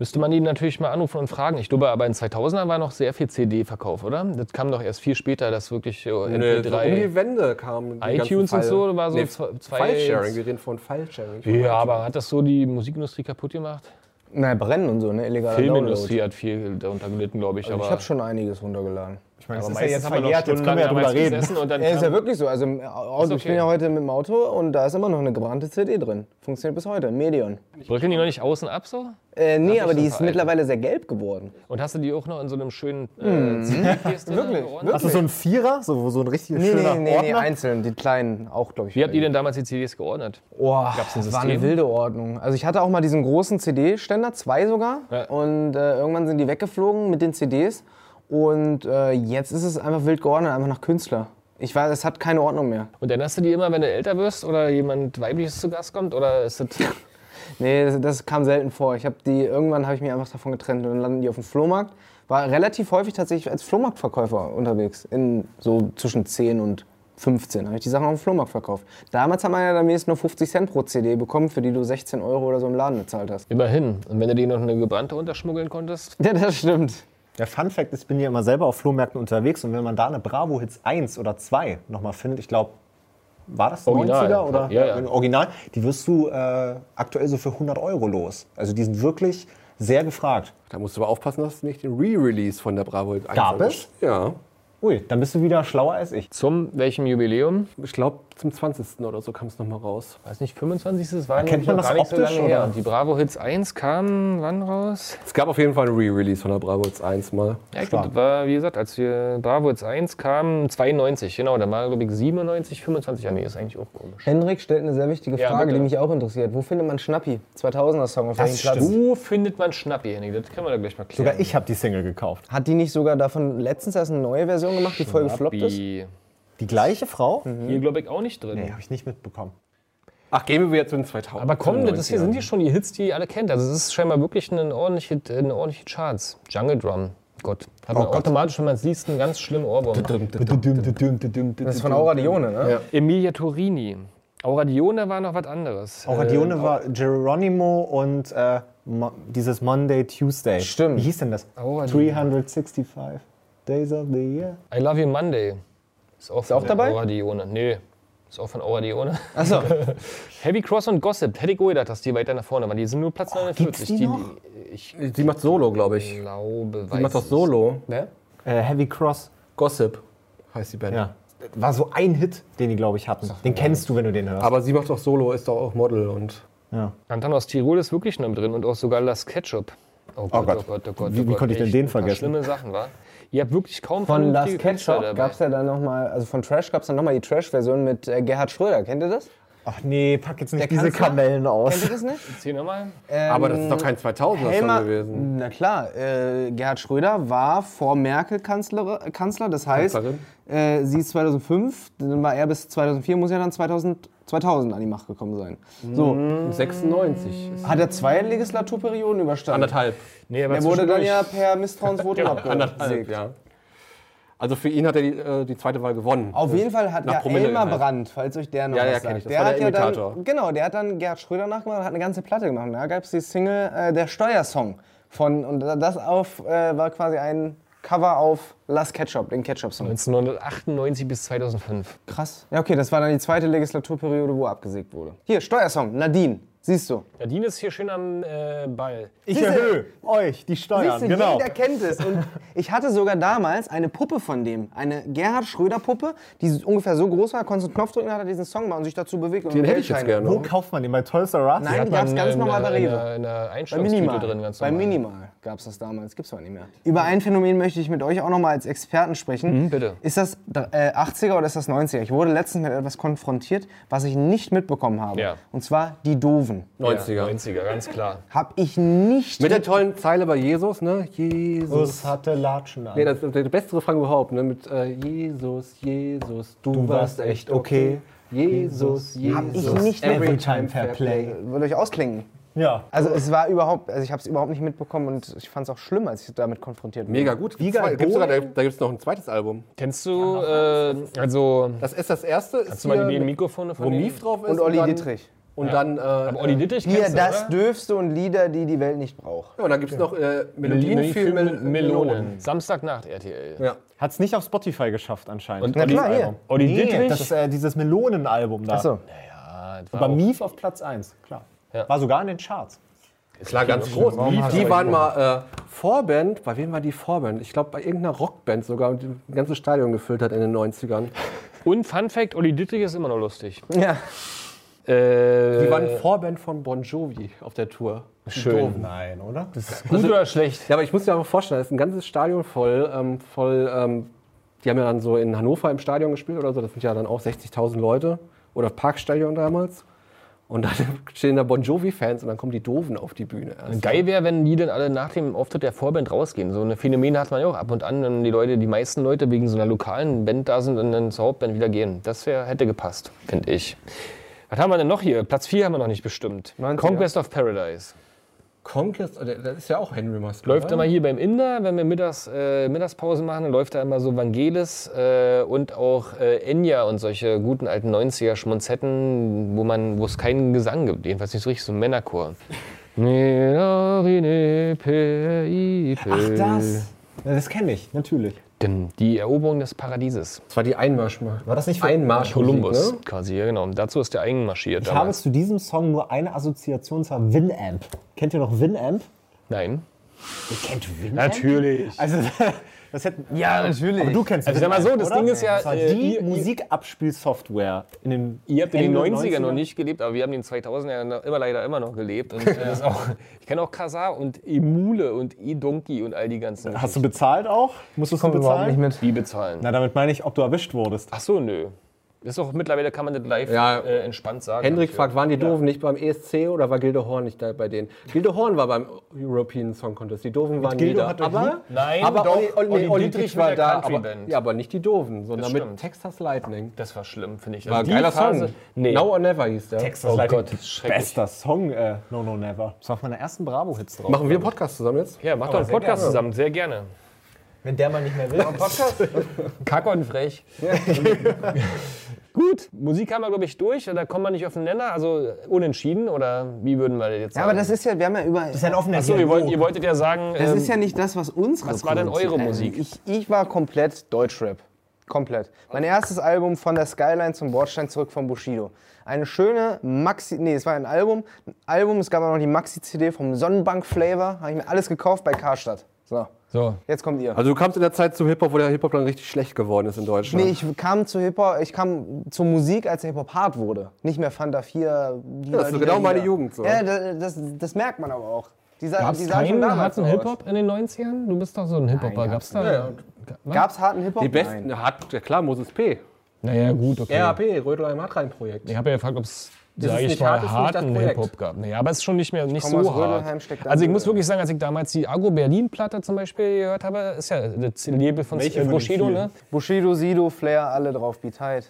A: Müsste man die natürlich mal anrufen und fragen. Ich glaube, aber in 2000ern war noch sehr viel CD-Verkauf, oder? Das kam doch erst viel später, dass wirklich äh,
C: Nö, so um
A: MP3...
C: die Wände kamen die
A: iTunes und
C: File-
A: so, war so
C: nee,
A: zwei- zwei-
C: File-Sharing, wir reden von File-Sharing.
A: ja, aber hat das so die Musikindustrie kaputt gemacht?
D: Genau,
B: Na, brennen und so, ne? Illegaler
A: Filmindustrie hat viel darunter gelitten, glaube ich.
D: Also
A: aber
B: Download. Ich habe schon einiges runtergeladen.
D: Ich meine,
A: aber
D: das ist ja
A: meistens
D: jetzt
A: haben wir noch
D: verjährt, jetzt können wir ja
A: stundenlang
D: drüber
A: damals
D: reden.
A: gesessen Und dann
B: Ja, ist ja
A: kam,
B: wirklich so. Also, im Auto, ich
A: okay.
B: bin ja heute mit dem Auto und da ist immer noch eine gebrannte CD drin. Funktioniert bis heute. Medion.
A: bröckeln die noch nicht außen ab so?
B: Äh, nee, aber die
A: schon
B: ist
A: veraltet.
B: mittlerweile sehr gelb geworden.
A: Und hast du die auch noch in so einem schönen
D: Mhm.
A: äh, CD-Case drin?
B: Wirklich,
A: geordnet?
D: Hast du so einen Vierer, so, so ein richtig
B: Nee, nee,
D: schöner
B: nee, nee,
D: Ordner?
B: einzeln. Die kleinen auch, glaube ich.
A: Wie habt ihr denn damals die CDs geordnet?
B: Oh,
A: Gab's ein
B: das war eine
A: System?
B: wilde Ordnung. Also ich hatte auch mal diesen großen CD-Ständer, zwei sogar.
A: Ja.
B: Und äh, irgendwann sind die weggeflogen mit den CDs. Und äh, jetzt ist es einfach wild geordnet, einfach nach Künstler. Ich weiß, es hat keine Ordnung mehr.
A: Und dann hast du die immer, wenn du älter wirst oder jemand weibliches zu Gast kommt? Oder ist das
B: Nee, das, das kam selten vor. Ich habe die irgendwann habe ich mich einfach davon getrennt und dann landen die auf dem Flohmarkt. War relativ häufig tatsächlich als Flohmarktverkäufer unterwegs. In so zwischen 10 und 15 habe ich die Sachen auf dem Flohmarkt verkauft. Damals hat man ja dann wenigstens nur 50 Cent pro CD bekommen, für die du 16 Euro oder so im Laden bezahlt hast.
A: immerhin? Und wenn du die noch eine gebrannte unterschmuggeln konntest?
B: Ja, das stimmt.
D: Der Fun Fact ist, ich bin ja immer selber auf Flohmärkten unterwegs und wenn man da eine Bravo Hits 1 oder 2 nochmal findet, ich glaube, war das
A: Original.
D: 90er oder
A: Ja, ja.
D: Original, die wirst du äh, aktuell so für 100 Euro los. Also die sind wirklich sehr gefragt.
C: Da musst du aber aufpassen, dass du nicht den Re-Release von der Bravo
D: Gab es?
C: Ja.
D: Ui, dann bist du wieder schlauer als ich.
A: Zum welchem Jubiläum?
C: Ich glaube, zum 20. oder so kam es nochmal raus.
A: Weiß nicht, 25. Das war
D: Erkennt
A: glaub
D: man
A: ich, noch
D: das optisch, oder?
A: Die Bravo Hits 1 kam wann raus?
C: Es gab auf jeden Fall einen Re-Release von der Bravo jetzt 1 mal.
A: Ja, ich glaub, das war, wie gesagt, als wir Bravo Hits 1 kam, 92, genau. Da war, glaube ich, 97, 25 Jahre. Nee, ist eigentlich auch komisch.
B: Henrik stellt eine sehr wichtige
A: Ja,
B: Frage,
A: bitte.
B: die mich auch interessiert. Wo findet man Schnappi? 2000er Song auf welchem Platz?
D: stimmt.
A: Wo findet man Schnappi, Henning? Das können wir da gleich mal klären.
D: Sogar ich habe die Single gekauft.
B: Hat die nicht sogar davon letztens erst eine neue Version gemacht, die voll gefloppt ist?
A: Schnappi.
D: Die gleiche Frau?
A: Hier, glaube ich, auch nicht drin.
D: Die habe ich nicht mitbekommen.
C: Ach, gehen wir wieder zu den 2000
A: Aber komm, das ist hier, sind
C: die.
A: hier schon die Hits, die ihr alle kennt. Also es ist scheinbar wirklich eine ordentliche, eine ordentliche Charts. Jungle Drum. Gott. Hat
D: Oh
A: man automatisch, wenn man es liest, einen ganz schlimmen Ohrwurm.
B: Das ist von Aura Dione, ne?
A: Emilia Turini. Aura Dione war noch was anderes.
D: Auch Dione war
A: oh.
D: Geronimo und äh, Mo- dieses Monday, Tuesday.
B: Stimmt.
D: Wie hieß denn das?
A: Aura Dione.
D: 365 Days of the Year.
A: Äh, I Love You Monday. Ist auch, ist
B: auch dabei?
A: Aura Dione. Nee. Ist auch von Aura Dione.
B: Achso.
A: Heavy Cross und Gossip. Hätte ich gedacht, dass die weiter nach vorne waren. Die sind nur Platz 49.
D: die noch?
A: ich
C: Die macht Solo, glaube ich. Die
A: glaube, weiß
C: macht doch
A: es.
C: Solo.
B: Wer?
D: Äh, Heavy Cross.
C: Gossip heißt die Band.
D: Ja. War so ein Hit, den die, glaube ich, hatten. Den kennst du, wenn du den hörst.
C: Aber sie macht doch Solo, ist doch auch Model und.
D: ja.
A: Und dann aus Tirol ist wirklich noch mit drin und auch sogar Las Ketchup. Oh Gott,
D: Gott. Wie- wie konnte ich denn
A: Echt ein
D: den
A: paar
D: vergessen?
A: Schlimme Sachen, wa? Ihr habt wirklich kaum
B: Von Last
A: vernünftige Künstler
B: Ketchup
A: dabei.
B: gab es ja dann nochmal, also von Trash gab es dann nochmal die Trash-Version mit äh, Gerhard Schröder. Kennt ihr das?
D: Ach nee, pack jetzt nicht
B: Der
D: diese
B: Kanzler?
D: Kamellen
A: Oh,
B: Kennt
D: aus.
B: ihr das nicht?
A: Erzähl nochmal.
C: Aber das ist doch kein 2000er Song
B: Helmer,
C: gewesen.
B: na klar, äh, Gerhard Schröder war vor Merkel Kanzler, Kanzler das heißt,
C: Kanzlerin.
B: äh, sie ist 2005, dann war er bis 2004, muss ja dann 2000, 2000 an die Macht gekommen sein.
A: Mhm.
B: So,
C: 96. Ist
B: hat er zwei Legislaturperioden überstanden.
C: anderthalb.
A: Nee, aber
B: Er wurde dann
A: zwischendurch-
B: ja per Misstrauensvotum
C: Anderthalb,
B: abgesägt.
C: ja. Also für ihn hat er die, äh, die zweite Wahl gewonnen.
B: Auf jeden Fall hat
C: Nach
B: ja
C: Promille
B: Elmar
C: halt.
B: Brandt, falls euch der noch
C: Ja,
B: was
C: ja, kenn
B: sagt.
C: ich. Das war der
B: hat ja
C: Imitator.
B: dann, genau, der hat dann Gerhard Schröder nachgemacht und hat eine ganze Platte gemacht. Da gab es die Single äh, Der Steuersong von und das auf äh, war quasi ein Cover auf Last Ketchup, den Ketchup Song.
A: 1998 bis 2005.
B: Krass. Ja, okay, das war dann die zweite Legislaturperiode, wo er abgesägt wurde. Hier Steuersong Nadine, siehst du.
A: Nadine ist hier schön am äh, Ball.
D: Ich
B: Diese-
D: erhöhe euch die Steuern,
B: Siehst du,
D: genau.
B: jeder kennt es. Und ich hatte sogar damals eine Puppe von dem, eine Gerhard Schröder Puppe, die ungefähr so groß war, konntest du einen Knopf drücken, hat er diesen Song mal und sich dazu bewegt. und
C: Den hätte
B: Geld
C: ich jetzt
B: scheinen.
C: gerne.
D: Wo kauft man den? Bei Toys R Us?
B: Nein, die gab es ganz normal bei Rewe.
A: In der
B: Bei
A: Einstellungstüte
B: Minimal.
A: drin, ganz
B: bei
A: normal.
B: Minimal gab es das damals, gibt es aber nicht mehr. Über ein Phänomen möchte ich mit euch auch nochmal als Experten sprechen.
A: bitte.
B: Ist das äh, 80er oder ist das 90er? Ich wurde letztens mit etwas konfrontiert, was ich nicht mitbekommen habe.
A: Ja.
B: Und zwar die Doofen.
C: 90er.
A: Ja, 90er, ganz klar.
B: Hab ich nicht.
C: Mit der tollen Zeile bei Jesus, ne? Jesus.
D: Jesus hatte Latschen an.
C: Nee, das ist der beste Refrain überhaupt, ne? Mit äh, Jesus, Jesus, du, warst echt okay. Jesus, Jesus.
B: Hab ich nicht
C: Every
D: mitbekommen.
C: time fair play.
B: Würde ich ausklingen.
D: Ja.
B: Also es war überhaupt, also ich habe es überhaupt nicht mitbekommen und ich fand es auch schlimm, als ich damit konfrontiert wurde.
C: Mega gut. Gibt's
D: Giga
C: zwei, gibt's
D: Bohlen.
C: sogar, da da gibt es noch ein zweites Album.
A: Kennst du, äh, also,
C: Das ist das erste. Ist
A: hast du mal die
C: hier
A: beiden
C: mit-
A: Mikrofone von
C: wo
A: denen?
C: Mief drauf ist.
B: Und Olli
C: dann-
B: Dittrich.
C: Und dann. Äh,
A: Aber Olli Dittrich
B: Hier,
A: kennst du,
B: das
A: oder?
B: dürfst du und Lieder, die die Welt nicht braucht.
C: ja, und dann gibt es noch äh, Melodien
A: Melodien
C: für
A: für
C: Mel
A: Melonen.
C: Melonen.
A: Samstagnacht RTL.
C: Ja.
D: Hat es nicht auf Spotify geschafft anscheinend.
A: Und
B: Na
A: Olli-
B: klar, hier.
A: Album. Olli
D: nee,
A: Dittrich?
D: Das ist äh, dieses Melonenalbum da.
B: Achso.
A: ja, das war
D: Bei
A: auch-
D: Mief auf Platz 1, klar.
A: Ja.
D: War sogar in den Charts.
C: Klar, ganz groß.
A: Warum hast du
C: Die
A: euch
C: waren mal äh, Vorband. Bei wem war die Vorband? Ich glaube, bei irgendeiner Rockband sogar, die ein ganzes Stadion gefüllt hat in den 90ern.
A: Und Fun Fact, Olli Dittrich ist immer noch lustig.
B: Ja.
A: Äh,
C: Die waren Vorband von Bon Jovi auf der Tour.
D: Äh.
A: schön.
D: Oh Nein, oder?
A: Gut
B: also
A: oder schlecht?
C: Ja, aber ich muss dir aber vorstellen, das ist ein ganzes Stadion voll, ähm, voll ähm, die haben ja dann so in Hannover im Stadion gespielt oder so, das sind ja dann auch 60.000 Leute oder Parkstadion damals. Und dann stehen da Bon Jovi-Fans und dann kommen die Doofen auf die Bühne. Erst.
A: Geil wäre, wenn die dann alle nach dem Auftritt der Vorband rausgehen. So eine Phänomene hat man ja auch ab und an, wenn die Leute, die meisten Leute wegen so einer lokalen Band da sind und dann zur Hauptband wieder gehen. Das wär, hätte gepasst, finde ich. Was haben wir denn noch hier? Platz 4 haben wir noch nicht bestimmt.
B: 90er.
A: Conquest of Paradise.
C: Conquest, oder- das ist ja auch Henry Musk.
A: Läuft
C: oder?
D: Ah.
A: immer hier beim Inder, wenn wir mittags, äh, Mittagspause machen, dann läuft da immer so Vangelis äh, und auch äh, Enya und solche guten alten 90er Schmonzetten, wo man, wo es keinen Gesang gibt, jedenfalls nicht so richtig, so ein Männerchor. Ne, la, ri, ne, pe, i, pe.
D: Ach, das. Ja, das kenne ich, natürlich.
A: Denn die Eroberung des Paradieses.
C: Das war die Einmarsch. War
D: das nicht für-
C: Einmarsch?
A: Kolumbus
C: Ne?
A: quasi, ja genau. Und dazu ist der einmarschiert.
D: Ich habe zu diesem Song nur eine Assoziation, und zwar Winamp. Kennt ihr noch Winamp?
A: Nein.
D: Ihr kennt Winamp?
A: Natürlich.
D: Also, das hätten.
B: Ja, natürlich.
D: Aber du kennst
A: Also, sag mal so, das Ding ist ja,
D: Das war
A: äh,
D: die
A: ihr-
D: Musikabspielsoftware in den.
A: Ihr habt in den
D: Ende
A: 90ern noch
D: 90er.
A: nicht gelebt, aber wir haben in den 2000ern noch immer leider immer noch gelebt. Und, äh, das ist auch, ich kenne auch Kazar und Emule und E-Donkey und all die ganzen.
D: Hast du bezahlt auch? Musstest du bezahlen?
B: mit.
A: die bezahlen?
D: Na, damit meine ich, ob du erwischt wurdest.
A: Ach so, nö. Ist doch mittlerweile kann man das live
C: Ja.
A: äh, entspannt sagen.
C: Hendrik
A: Dafür.
C: fragt, waren die Doofen nicht beim ESC oder war Gilde Horn nicht da bei denen? Gilde Horn war beim European Song Contest, die Doofen waren nie
D: Gildo
C: da.
D: hat doch nie-
A: Nein,
C: aber
A: doch,
C: Olli,
A: Olli
C: Olli, nee, Olli
A: Dietrich
C: Dietrich
A: mit
C: war
A: der
C: da,
A: Country
C: aber,
A: Band.
C: ja, aber nicht die Doofen, sondern mit
A: stimmt.
C: Texas Lightning.
A: Das war schlimm, finde ich.
C: War
A: Also
C: ein
A: die
C: geiler
A: Phase-
C: Song.
A: Nee.
C: Now or Never hieß der.
D: Texas
A: Oh
D: Lightning.
A: Gott, das ist schrecklich.
D: Bester Song, äh, No No Never. Das war auf meiner ersten Bravo-Hits drauf.
C: Machen wir einen Podcast zusammen jetzt?
A: ja, macht doch einen
D: sehr
A: Podcast
D: gerne.
A: zusammen, sehr gerne.
D: Wenn der mal nicht mehr will.
A: Kack und frech. Gut, Musik haben wir, glaube ich, durch. Da kommen wir nicht auf den Nenner. Also unentschieden oder wie würden wir das jetzt
B: Ja,
A: sagen?
B: aber das ist ja, wir haben ja über.
D: ein offener
A: Achso, ihr, wollt, ihr wolltet ja sagen.
B: Das
A: ähm,
B: ist ja nicht das, was uns
A: was war denn
B: repräsentiert.
A: eure Musik?
B: Ich, ich war komplett Deutschrap. Komplett. Mein erstes Album von der Skyline zum Bordstein zurück von Bushido. Eine schöne Maxi, nee, es war ein Album. Ein Album, es gab auch noch die Maxi-CD vom Sonnenbank Flavor. Habe ich mir alles gekauft bei Karstadt. So,
A: so.
B: jetzt kommt ihr.
C: Also du kamst in der Zeit zu Hip-Hop, wo der Hip-Hop dann richtig schlecht geworden ist in Deutschland.
B: Nee, ich kam zu Hip-Hop, ich kam zur Musik, als der Hip-Hop hart wurde. Nicht mehr Fanta 4. Lieder,
C: Das ist
B: Lieder,
C: genau meine
B: Lieder.
C: Jugend so.
B: Ja, das, das, das merkt man aber auch. Die sah,
A: Gab
B: die
A: es
B: sahen
A: keinen
B: schon damals
A: harten
B: so aus.
A: Hip-Hop in den 90ern? Du bist doch so ein Hip-Hopper. Gab es da? Was?
B: Gab's harten Hip-Hop?
C: die besten hat, ja klar, Moses P.
A: Naja, gut, okay.
C: RAP, Rödelheim hat rein Projekt.
A: Ich habe ja gefragt, ob es, sage
C: ist
A: ich
C: nicht
A: mal,
C: hart, ist nicht das
A: harten
C: Projekt.
A: Hip-Hop gab. Naja, aber es ist schon nicht mehr nicht
B: komme
A: so
B: aus Rödelheim,
A: hart.
B: steckt da
A: Also ich
B: so,
A: muss
B: ja.
A: wirklich sagen, als ich damals die Agro Berlin-Platte zum Beispiel gehört habe, ist ja das Label von
D: Welche
A: äh,
D: von den
A: Bushido,
D: vielen?
A: ne?
B: Bushido, Sido, Flair, alle drauf, Be Tight.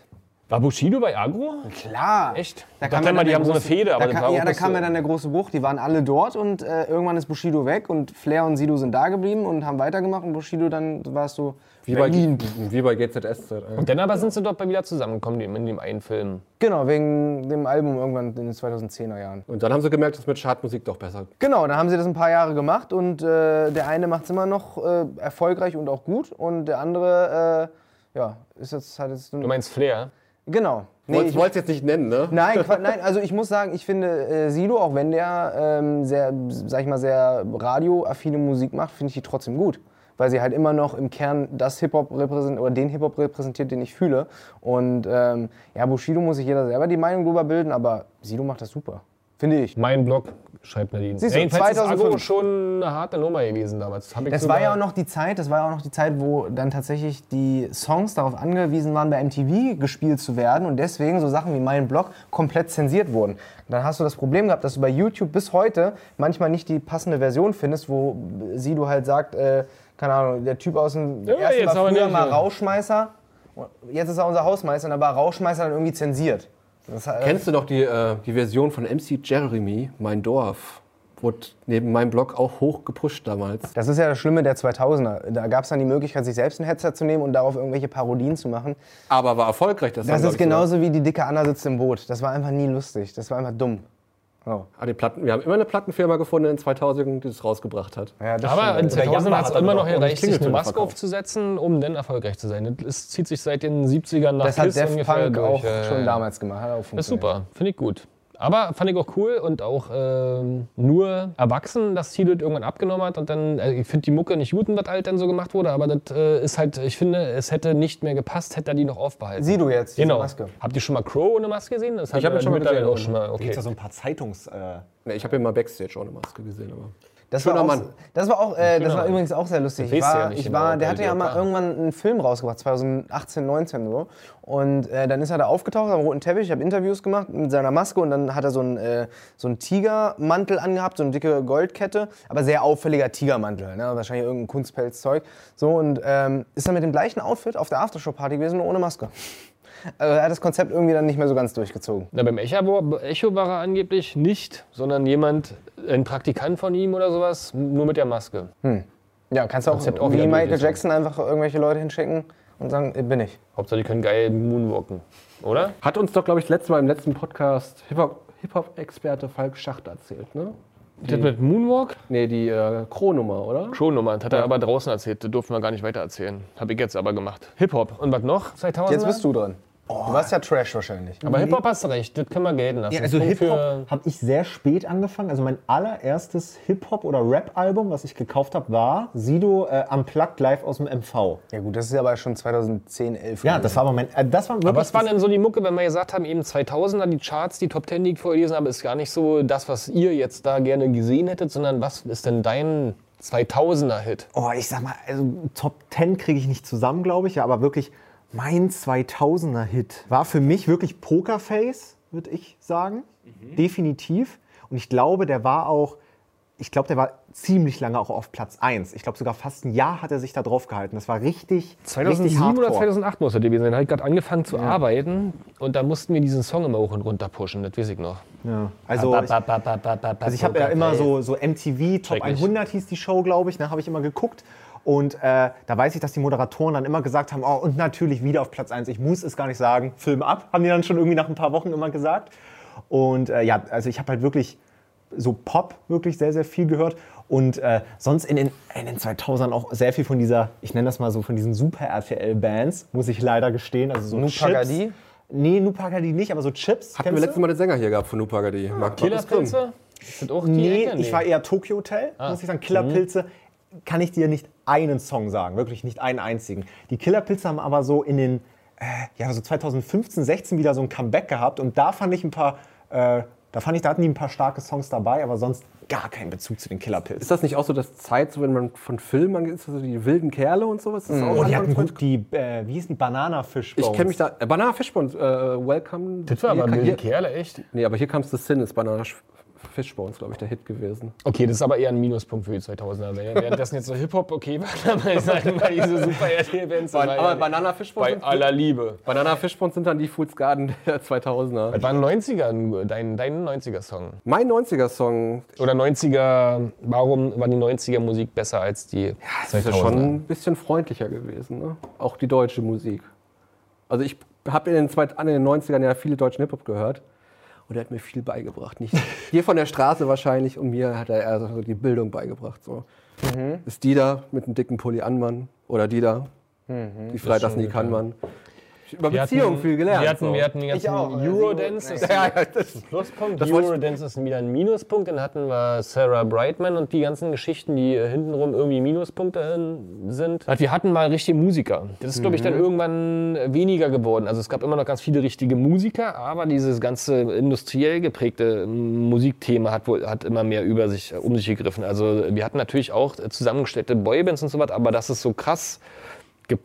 A: War Bushido bei Agro?
B: Klar.
A: Echt?
B: Da
A: Ich dachte
B: kam ja
A: immer,
B: dann
A: die
B: der
A: haben so eine
B: große-
A: Fehde, aber
B: da
A: das
B: kam,
A: war auch
B: Ja, da
A: bloß
B: kam
A: so-
B: ja dann der große Bruch. Die waren alle dort und äh, irgendwann ist Bushido weg und Flair und Sido sind da geblieben und haben weitergemacht und Bushido dann warst du
C: Wie bei, wie bei GZSZ. ey.
A: Und dann aber sind sie dort wieder zusammengekommen in dem einen Film.
B: Genau, wegen dem Album irgendwann in den 2010er Jahren.
C: Und dann haben sie gemerkt, dass mit Chartmusik doch besser.
B: Genau, dann haben sie das ein paar Jahre gemacht und äh, der eine macht es immer noch äh, erfolgreich und auch gut und der andere, äh, ja, ist jetzt, hat jetzt.
A: Du meinst Flair?
B: Genau. Nee,
C: Nee,
B: ich-
C: ich wollte es jetzt nicht nennen, ne?
B: Nein, Qua- nein, also ich muss sagen, ich finde äh, Sido, auch wenn der ähm, sehr, sag ich mal, sehr radioaffine Musik macht, finde ich die trotzdem gut. Weil sie halt immer noch im Kern das Hip-Hop repräsentiert oder den Hip-Hop repräsentiert, den ich fühle. Und ähm, ja, Bushido muss sich jeder selber die Meinung drüber bilden, aber Sido macht das super. Finde ich.
A: Mein Blog, schreibt Nadine.
B: Siehst du,
A: Jedenfalls ist
B: 2005.
A: Agro schon eine harte Nummer gewesen damals. Hab ich
B: Das
A: sogar-
B: war ja auch noch die Zeit, das war ja auch noch die Zeit, wo dann tatsächlich die Songs darauf angewiesen waren, bei MTV gespielt zu werden und deswegen so Sachen wie mein Blog komplett zensiert wurden. Und dann hast du das Problem gehabt, dass du bei YouTube bis heute manchmal nicht die passende Version findest, wo Sido halt sagt, äh, keine Ahnung, der Typ aus dem
A: Ja,
B: ersten
A: jetzt
B: war
A: aber
B: früher
A: nicht,
B: mal
A: ja.
B: Rauschmeißer Jetzt ist er unser Hausmeister und da war Rauschmeister dann irgendwie zensiert. Das, äh,
C: Kennst du noch die, äh, die Version von MC Jeremy, Mein Dorf? Wurde neben meinem Blog auch hoch gepusht damals.
B: das ist ja das Schlimme der 2000er. Da gab es dann die Möglichkeit, sich selbst ein Headset zu nehmen und darauf irgendwelche Parodien zu machen.
C: Aber war erfolgreich. Das,
B: Das
C: war,
B: ist genau
C: glaub ich, sogar-
B: genauso wie die dicke Anna sitzt im Boot. Das war einfach nie lustig. Das war einfach dumm.
C: Ah, die Platten, wir haben immer eine Plattenfirma gefunden in den 2000ern, die das rausgebracht hat.
B: Ja, das
A: Aber in
B: stimmt. Oder
A: 2000
B: Jammer
A: hat es
B: hat er
A: immer
B: doch.
A: noch gereicht, sich eine
D: Klingeltöne
A: Maske
D: verkauft.
A: aufzusetzen, um dann erfolgreich zu sein. Es zieht sich seit den 70ern nach
B: Das hat
A: Kiss
B: Daft
A: ungefähr
B: Punk
A: durch.
B: auch
A: Ja,
B: schon
A: ja.
B: damals gemacht. Hat auch
A: Das ist super, finde ich gut. Aber fand ich auch cool und auch ähm, nur erwachsen, dass Seeded irgendwann abgenommen hat. Und dann, also ich finde die Mucke nicht gut, und was halt dann so gemacht wurde, aber das äh, ist halt, ich finde, es hätte nicht mehr gepasst, hätte er die noch aufbehalten.
B: Sieh du jetzt, diese
A: genau.
B: Maske.
A: Habt ihr schon mal Crow ohne Maske gesehen? Das hat
C: hab ihn
A: man
C: schon mal
A: mittlerweile
C: gesehen,
A: auch schon mal.
D: Gibt
A: Okay.
D: ja so ein paar Zeitungs... Äh,
C: Nee, ich habe ihn mal Backstage ohne Maske gesehen. Aber
B: Das
C: Schöner
B: war auch,
C: Mann.
B: Das war auch, äh, das war
A: Mann.
B: übrigens auch sehr lustig.
A: Das
B: Ich
A: weißt du
B: war,
A: ja nicht
B: ich
A: genau,
B: war, der
A: weil
B: hatte
A: die
B: ja
A: auch
B: mal
A: waren.
B: irgendwann einen Film rausgebracht, 2018, 19 so. Und äh, dann ist er da aufgetaucht am roten Teppich. Ich habe Interviews gemacht mit seiner Maske und dann hat er so einen, äh, so einen Tigermantel angehabt, so eine dicke Goldkette, aber sehr auffälliger Tigermantel, ne? wahrscheinlich irgendein Kunstpelzzeug. So und ähm, ist dann mit dem gleichen Outfit auf der Aftershow-Party gewesen, nur ohne Maske. Also er hat das Konzept irgendwie dann nicht mehr so ganz durchgezogen.
A: Na, beim Echo, Echo war er angeblich nicht, sondern jemand, ein Praktikant von ihm oder sowas, nur mit der Maske.
B: Ja, kannst du auch,
A: Konzept auch
B: wie
A: wieder
B: Michael
A: durchgezogen.
B: Jackson einfach irgendwelche Leute hinschicken und sagen, äh, bin ich.
A: Hauptsache, die können geil moonwalken, oder?
C: hat uns doch, glaube ich, letztes Mal im letzten Podcast Hip-Hop- Hip-Hop-Experte Falk Schacht erzählt, ne?
A: Das mit Moonwalk?
C: Nee, die äh, Kronummer, oder?
A: Schon Nummer, das hat er aber draußen erzählt, das durften wir gar nicht weiter erzählen. Habe ich jetzt aber gemacht. Hip-Hop. Und was noch? 2000
B: Jetzt bist du dran. Du warst ja Trash wahrscheinlich.
A: Aber Hip-Hop hast du recht, das können wir gelten lassen.
D: Ja, also
A: Punkt
D: Hip-Hop habe ich sehr spät angefangen. Also mein allererstes Hip-Hop- oder Rap-Album, was ich gekauft habe, war Sido äh, Unplugged live aus dem MV.
B: Ja gut, das ist ja aber schon 2010, 11.
D: Ja, das war aber mein... Äh, das war wirklich
A: Aber was war
D: das-
A: denn so die Mucke, wenn wir gesagt haben, eben 2000er, die Charts, die Top 10, die ich vorgelesen habe, ist gar nicht so das, was ihr jetzt da gerne gesehen hättet, sondern was ist denn dein 2000er-Hit?
D: Oh, ich sag mal, also Top 10 kriege ich nicht zusammen, glaube ich, ja, aber wirklich mein 2000er Hit war für mich wirklich Pokerface, würde ich sagen.
A: Mhm.
D: Definitiv. Und ich glaube, der war auch, ich glaube, der war ziemlich lange auch auf Platz 1. Ich glaube, sogar fast ein Jahr hat er sich da drauf gehalten. Das war richtig, richtig
A: 2007
D: hardcore.
A: oder 2008 muss er gewesen sein. Da habe ich gerade angefangen zu arbeiten und da mussten wir diesen Song immer hoch und runter pushen, das weiß ich noch.
D: Ja.
A: Ah,
D: Also, ich, also ich habe ja immer so, so MTV Top
A: Schrecklich.
D: 100 hieß die Show, glaube ich, ne, habe ich immer geguckt. Und äh, da weiß ich, dass die Moderatoren dann immer gesagt haben, oh, und natürlich wieder auf Platz 1, ich muss es gar nicht sagen, Film ab, haben die dann schon irgendwie nach ein paar Wochen immer gesagt. Und äh, ja, also ich habe halt wirklich so Pop wirklich sehr, sehr viel gehört. Und äh, sonst in den, in den 2000ern auch sehr viel von dieser, ich nenne das mal so, von diesen Super-RTL-Bands, muss ich leider gestehen. Also so
B: Pagadi?
D: Chips. Nee, Nupagadi nicht, aber so Chips.
C: Hatten wir
D: kennst du?
C: letztes Mal den Sänger hier gehabt von Nupagadi. Ja. Mark Markus Grimm.
A: Killerpilze? Ist das auch die
D: Nee,
A: Ecke?
D: ich war eher Tokyo Hotel, muss ich sagen. Killerpilze kann ich dir nicht einen Song sagen, wirklich nicht einen einzigen. Die Killerpilze haben aber so in den, äh, ja, so 2015, 16 wieder so ein Comeback gehabt und da fand ich ein paar, äh, da fand ich, da hatten die ein paar starke Songs dabei, aber sonst gar keinen Bezug zu den Killerpilzen.
C: Ist das nicht auch so, dass Zeit, so wenn man von Filmen angeht, ist das so die wilden Kerle und sowas? Das ist auch
D: Oh, die
C: Anfang
D: hatten
C: von-
D: gut die, äh, wie hieß die Bananafisch?
C: ich kenne mich da. Äh, Banana Fishbones, äh, Welcome.
A: das war aber ein
C: hier,
A: wilder
C: hier,
A: Kerle, echt.
C: Nee, aber hier kam The Sin, ist Banana Sh- Fishbones, glaube ich, der Hit gewesen.
A: Okay, das ist aber eher ein Minuspunkt für die 2000er. Wenn ihr währenddessen jetzt so Hip-Hop okay war, kann man sagen, weil diese super RTL-Bands
C: Aber,
A: bei,
C: aber Banana Fishbones. sind-
A: aller Liebe.
C: Banana Fishbones sind dann die Fools Garden der 2000er.
A: Das war ein 90er, nur, dein, dein 90er-Song.
C: Mein 90er-Song.
A: Oder 90er, warum war die 90er-Musik besser als die
C: Das ist
A: 2000er?
C: schon ein bisschen freundlicher gewesen, ne? Auch die deutsche Musik. Also ich habe in den, zweit, an den 90ern ja viele deutschen Hip-Hop gehört. Und er hat mir viel beigebracht. Nicht hier von der Straße wahrscheinlich und mir hat er eher so die Bildung beigebracht. So.
A: Mhm.
C: Ist die da mit einem dicken Pulli an, Mann. Oder die da.
A: Mhm.
C: Die Freitags nie kann, Mann. Ich hab Über
A: Wir
C: Beziehung
A: hatten-
C: viel gelernt.
A: Wir hatten,
C: so.
A: wir hatten den ganzen
B: auch, ja,
A: Eurodance, das ist
C: ja, ja, das
A: ein Pluspunkt.
C: wollte ich-
A: Eurodance ist wieder ein Minuspunkt. Dann hatten wir Sarah Brightman und die ganzen Geschichten, die äh, hintenrum irgendwie Minuspunkte äh, sind. Also wir hatten mal richtige Musiker. Das ist, glaube ich, dann irgendwann äh, weniger geworden. Also es gab immer noch ganz viele richtige Musiker, aber dieses ganze industriell geprägte äh, Musikthema hat, wohl, hat immer mehr über sich, äh, um sich gegriffen. Also wir hatten natürlich auch äh, zusammengestellte Boybands und so was, aber das ist so krass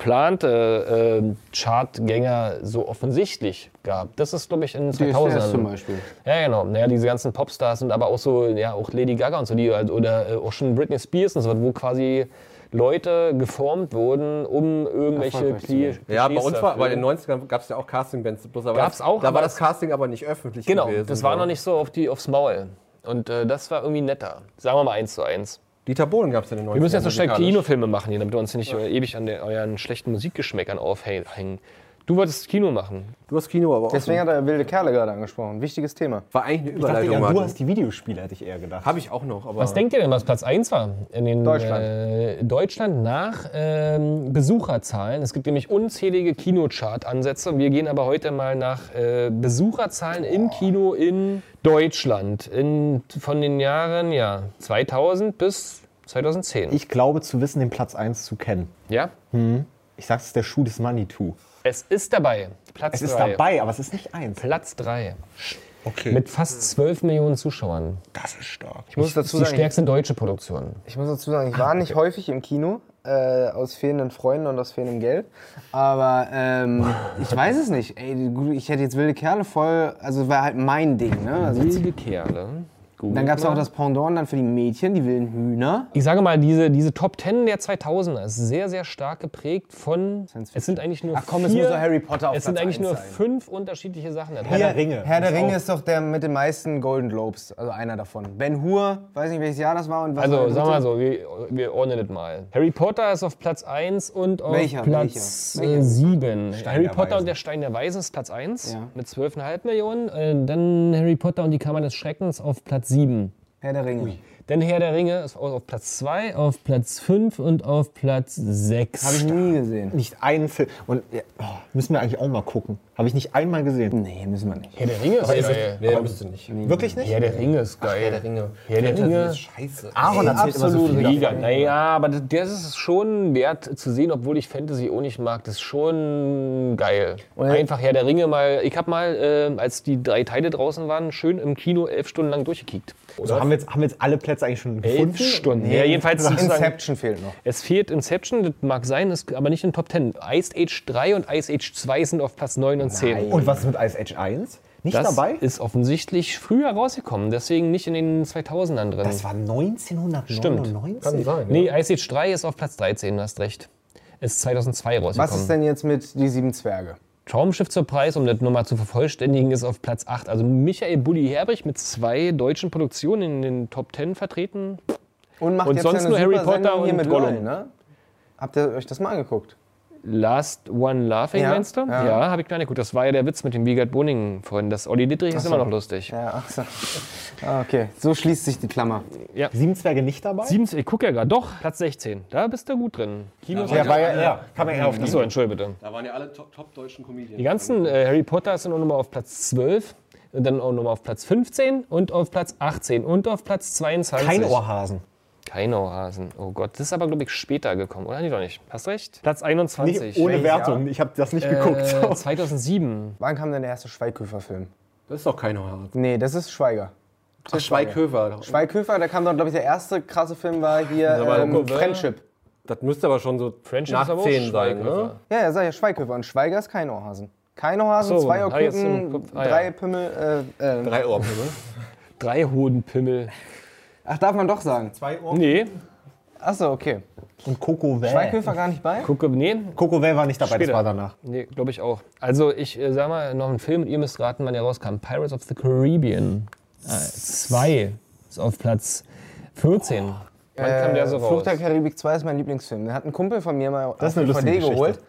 A: geplante äh, Chartgänger so offensichtlich gab. Das ist, glaube ich, in 2000
B: Beispiel.
A: Ja, genau. Naja, diese ganzen also, Popstars und aber auch so, ja, auch Lady Gaga und so, die, halt- oder äh, auch schon Britney Spears und so, was, wo quasi Leute geformt wurden, um irgendwelche
B: Erfolgreich zu
A: Kli
C: Ja, bei uns war, bei den
A: neuen
C: 90ern gab es ja auch Casting-Bands. bloß aber
A: Gab's
C: das-
A: auch,
C: Da
A: aber
C: war das
A: es-
C: Casting aber nicht öffentlich
A: Genau,
C: gewesen.
A: das war
C: so.
A: noch nicht so auf die, aufs Maul. Und äh, das war irgendwie netter. Sagen wir mal eins zu eins.
C: Dieter Bohlen gab es in den 90ern.
A: Wir müssen jetzt so schnell
C: musikalisch.
A: Kinofilme machen, hier, damit wir uns hier nicht äh, ewig an der, euren schlechten Musikgeschmäckern aufhängen. Du wolltest Kino machen.
C: Du hast Kino aber auch.
B: Deswegen hat er wilde Kerle gerade angesprochen. Wichtiges Thema.
C: war eigentlich eine
D: Ich dachte,
C: Überleitung.
D: ja, du
C: Martin.
D: hast die Videospiele, hätte ich eher gedacht.
C: Hab ich auch noch, aber.
A: Was denkt ihr denn, was Platz 1 war? In den,
B: Deutschland.
A: Äh, Deutschland nach ähm, Besucherzahlen. Es gibt nämlich unzählige Kinochart-Ansätze. Wir gehen aber heute mal nach äh, Besucherzahlen im Kino in Deutschland. In, von den Jahren ja, 2000 bis 2010.
D: Ich glaube zu wissen, den Platz 1 zu kennen.
A: ja,
D: Ich sag's, der Schuh des Manitou.
A: es ist dabei. Platz
D: Es ist
A: 3.
D: dabei, aber es ist nicht eins.
A: Platz 3.
G: Okay,
A: Mit fast 12 Millionen Zuschauern.
G: das ist stark.
B: Ich muss dazu
A: die
B: sagen, ich-
A: stärkste deutsche Produktion.
B: ich muss dazu sagen, ich war nicht häufig im Kino äh, aus fehlenden Freunden und aus fehlendem Geld. Aber ähm, ich weiß es nicht. Ey, gut, ich hätte jetzt wilde Kerle voll. Also war halt mein Ding. Ne? Also,
A: Wilde Kerle.
B: dann gab es auch das Pendant dann für die Mädchen, die wilden Hühner.
A: Ich sage mal, diese, diese Top 10 der 2000er ist sehr, sehr stark geprägt von. Es sind eigentlich nur.
B: Ach komm,
A: vier,
B: es muss doch Harry Potter auf
A: Es sind
B: Platz
A: eigentlich
B: eins
A: nur
B: sein.
A: fünf unterschiedliche Sachen.
D: Herr der Ringe.
B: Herr der Ringe ist doch der mit den meisten Golden Globes, also einer davon. Ben Hur, weiß nicht welches Jahr das war und was war
A: Also,
B: der
A: sagen wir mal
B: dritte?
A: so, wir, wir ordnen das mal. Harry Potter ist auf Platz 1 und auf
B: Welcher?
A: Platz
B: Welcher? Welcher?
A: äh, 7. Harry
D: der
A: Potter
D: Weisen.
A: und der Stein der Weisen ist Platz 1
B: Ja.
A: mit 12,5 Millionen. Äh, dann Harry Potter und die Kammer des Schreckens auf Platz 7.
B: Herr der Ringe.
A: Dann Herr der Ringe ist au- auf Platz 2, auf Platz 5 und auf Platz 6.
B: Habe ich nie gesehen.
D: Nicht einen Film. Und ja, oh, müssen wir eigentlich auch mal gucken. Habe ich nicht einmal gesehen.
B: Nee, müssen wir nicht.
A: Herr der Ringe ist geil.
C: Nee, müsste nicht.
D: Wirklich nicht?
A: Herr der Ringe ist geil.
C: Herr der Ringe.
A: Herr der Ringe.
C: ist scheiße.
D: Aaron erzählt immer so viel.
A: Liga. Naja, aber das das ist schon wert zu sehen, obwohl ich Fantasy auch nicht mag. Das ist schon geil. Einfach Herr der Ringe mal. Ich habe mal, ähm, als die drei Teile draußen waren, schön im Kino elf Stunden lang durchgekickt.
D: So, Also haben, wir jetzt, haben wir jetzt alle Plätze eigentlich schon gefunden?
A: Elf Stunden. Ja, jedenfalls sozusagen,
B: Inception fehlt noch.
A: es fehlt Inception, das mag sein, ist aber nicht in den Top 10. Ice Age 3 und Ice Age 2 sind auf Platz 9 und 10.
D: Und was ist mit Ice Age 1? Nicht
A: Das
D: dabei?
A: ist offensichtlich früher rausgekommen, deswegen nicht in den 2000ern drin.
D: Das war 1999.
C: Kann sein.
A: Nee, Ice Age 3 ist auf Platz 13, du hast recht. Ist 2002 rausgekommen.
B: Was ist denn jetzt mit die sieben Zwerge?
A: Traumschiff zur Preis, um das nochmal zu vervollständigen, ist auf Platz 8. Also Michael Bulli Herbig mit zwei deutschen Produktionen in den Top 10 vertreten.
B: Und macht
A: Und
B: jetzt
A: sonst
B: eine
A: nur
B: super
A: Harry Potter
B: Sendung hier
A: und
B: mit
A: Gollum.
B: LOL, ne? Habt ihr euch das mal angeguckt?
A: Last One Laughing,
B: Ja,
A: meinst du?
B: ja.
A: habe ich gar nicht gut. Das war ja der Witz mit dem Wiegald Boningen vorhin. Das Olli Dittrich ist immer noch lustig.
B: Ja, ach so. Ah, Okay, so schließt sich die Klammer.
D: Sieben Zwerge nicht dabei?
A: Sieben, ich gucke ja gerade. Doch, Platz 16. Da bist du gut drin. Kinos.
D: Ja, war ja, ja. Kann man ja auf die
A: Achso, entschuldige bitte.
C: Da waren ja alle top-deutschen Comedians.
A: Die ganzen äh, Harry Potter sind auch nochmal auf Platz 12, und dann auch nochmal auf Platz 15 und auf Platz 18 und auf Platz 22.
D: Kein Ohrhasen.
A: Kein Ohrhasen. Oh Gott, das ist aber, glaube ich, später gekommen, oder? Nee, doch nicht. Hast recht. Platz 21.
D: Nee, ohne Wertung. Ich habe das nicht
A: äh,
D: geguckt.
A: 2007.
B: Wann kam denn der erste Schweighöfer-Film?
C: Das ist doch kein Horror.
B: Nee, das ist Schweiger.
C: Ach, Schweighöfer.
B: Schweighöfer, da kam doch, glaube ich, der erste krasse Film war hier
C: aber
B: ähm,
C: guck,
B: Friendship.
C: Das müsste aber schon so
A: Friendship ist
C: nach
A: aber auch
C: 10 sein,
A: Schweighöfer.
C: ne?
B: Ja, ja, sag ich ja, Schweighöfer. Und Schweiger ist kein Ohrhasen. Kein Ohrhasen,
A: Ach so,
B: zwei
A: hab ich jetzt im
B: Ohrküken,
A: Kopf. Ah, ja.
B: drei Pimmel. Äh, äh.
C: Drei Ohrpimmel.
A: Drei Hodenpimmel.
B: Ach, darf man doch sagen.
A: Nee,
B: Ach so, okay.
D: Und Coco Well.
B: Schweighöfer gar nicht bei?
A: gucke, nee,
D: Coco Well war nicht dabei,
A: Später.
D: das war danach.
A: nee glaube ich auch. Also, ich äh, sag mal, noch einen Film und ihr müsst raten, wann der rauskam. Pirates of the Caribbean 2 ist auf Platz 14. Wann kam der
D: Äh,
A: so raus?
B: Also Flucht der Karibik 2 ist mein Lieblingsfilm. Den hat ein Kumpel von mir mal
D: Das ist eine
B: auf DVD
D: lustige
B: geholt.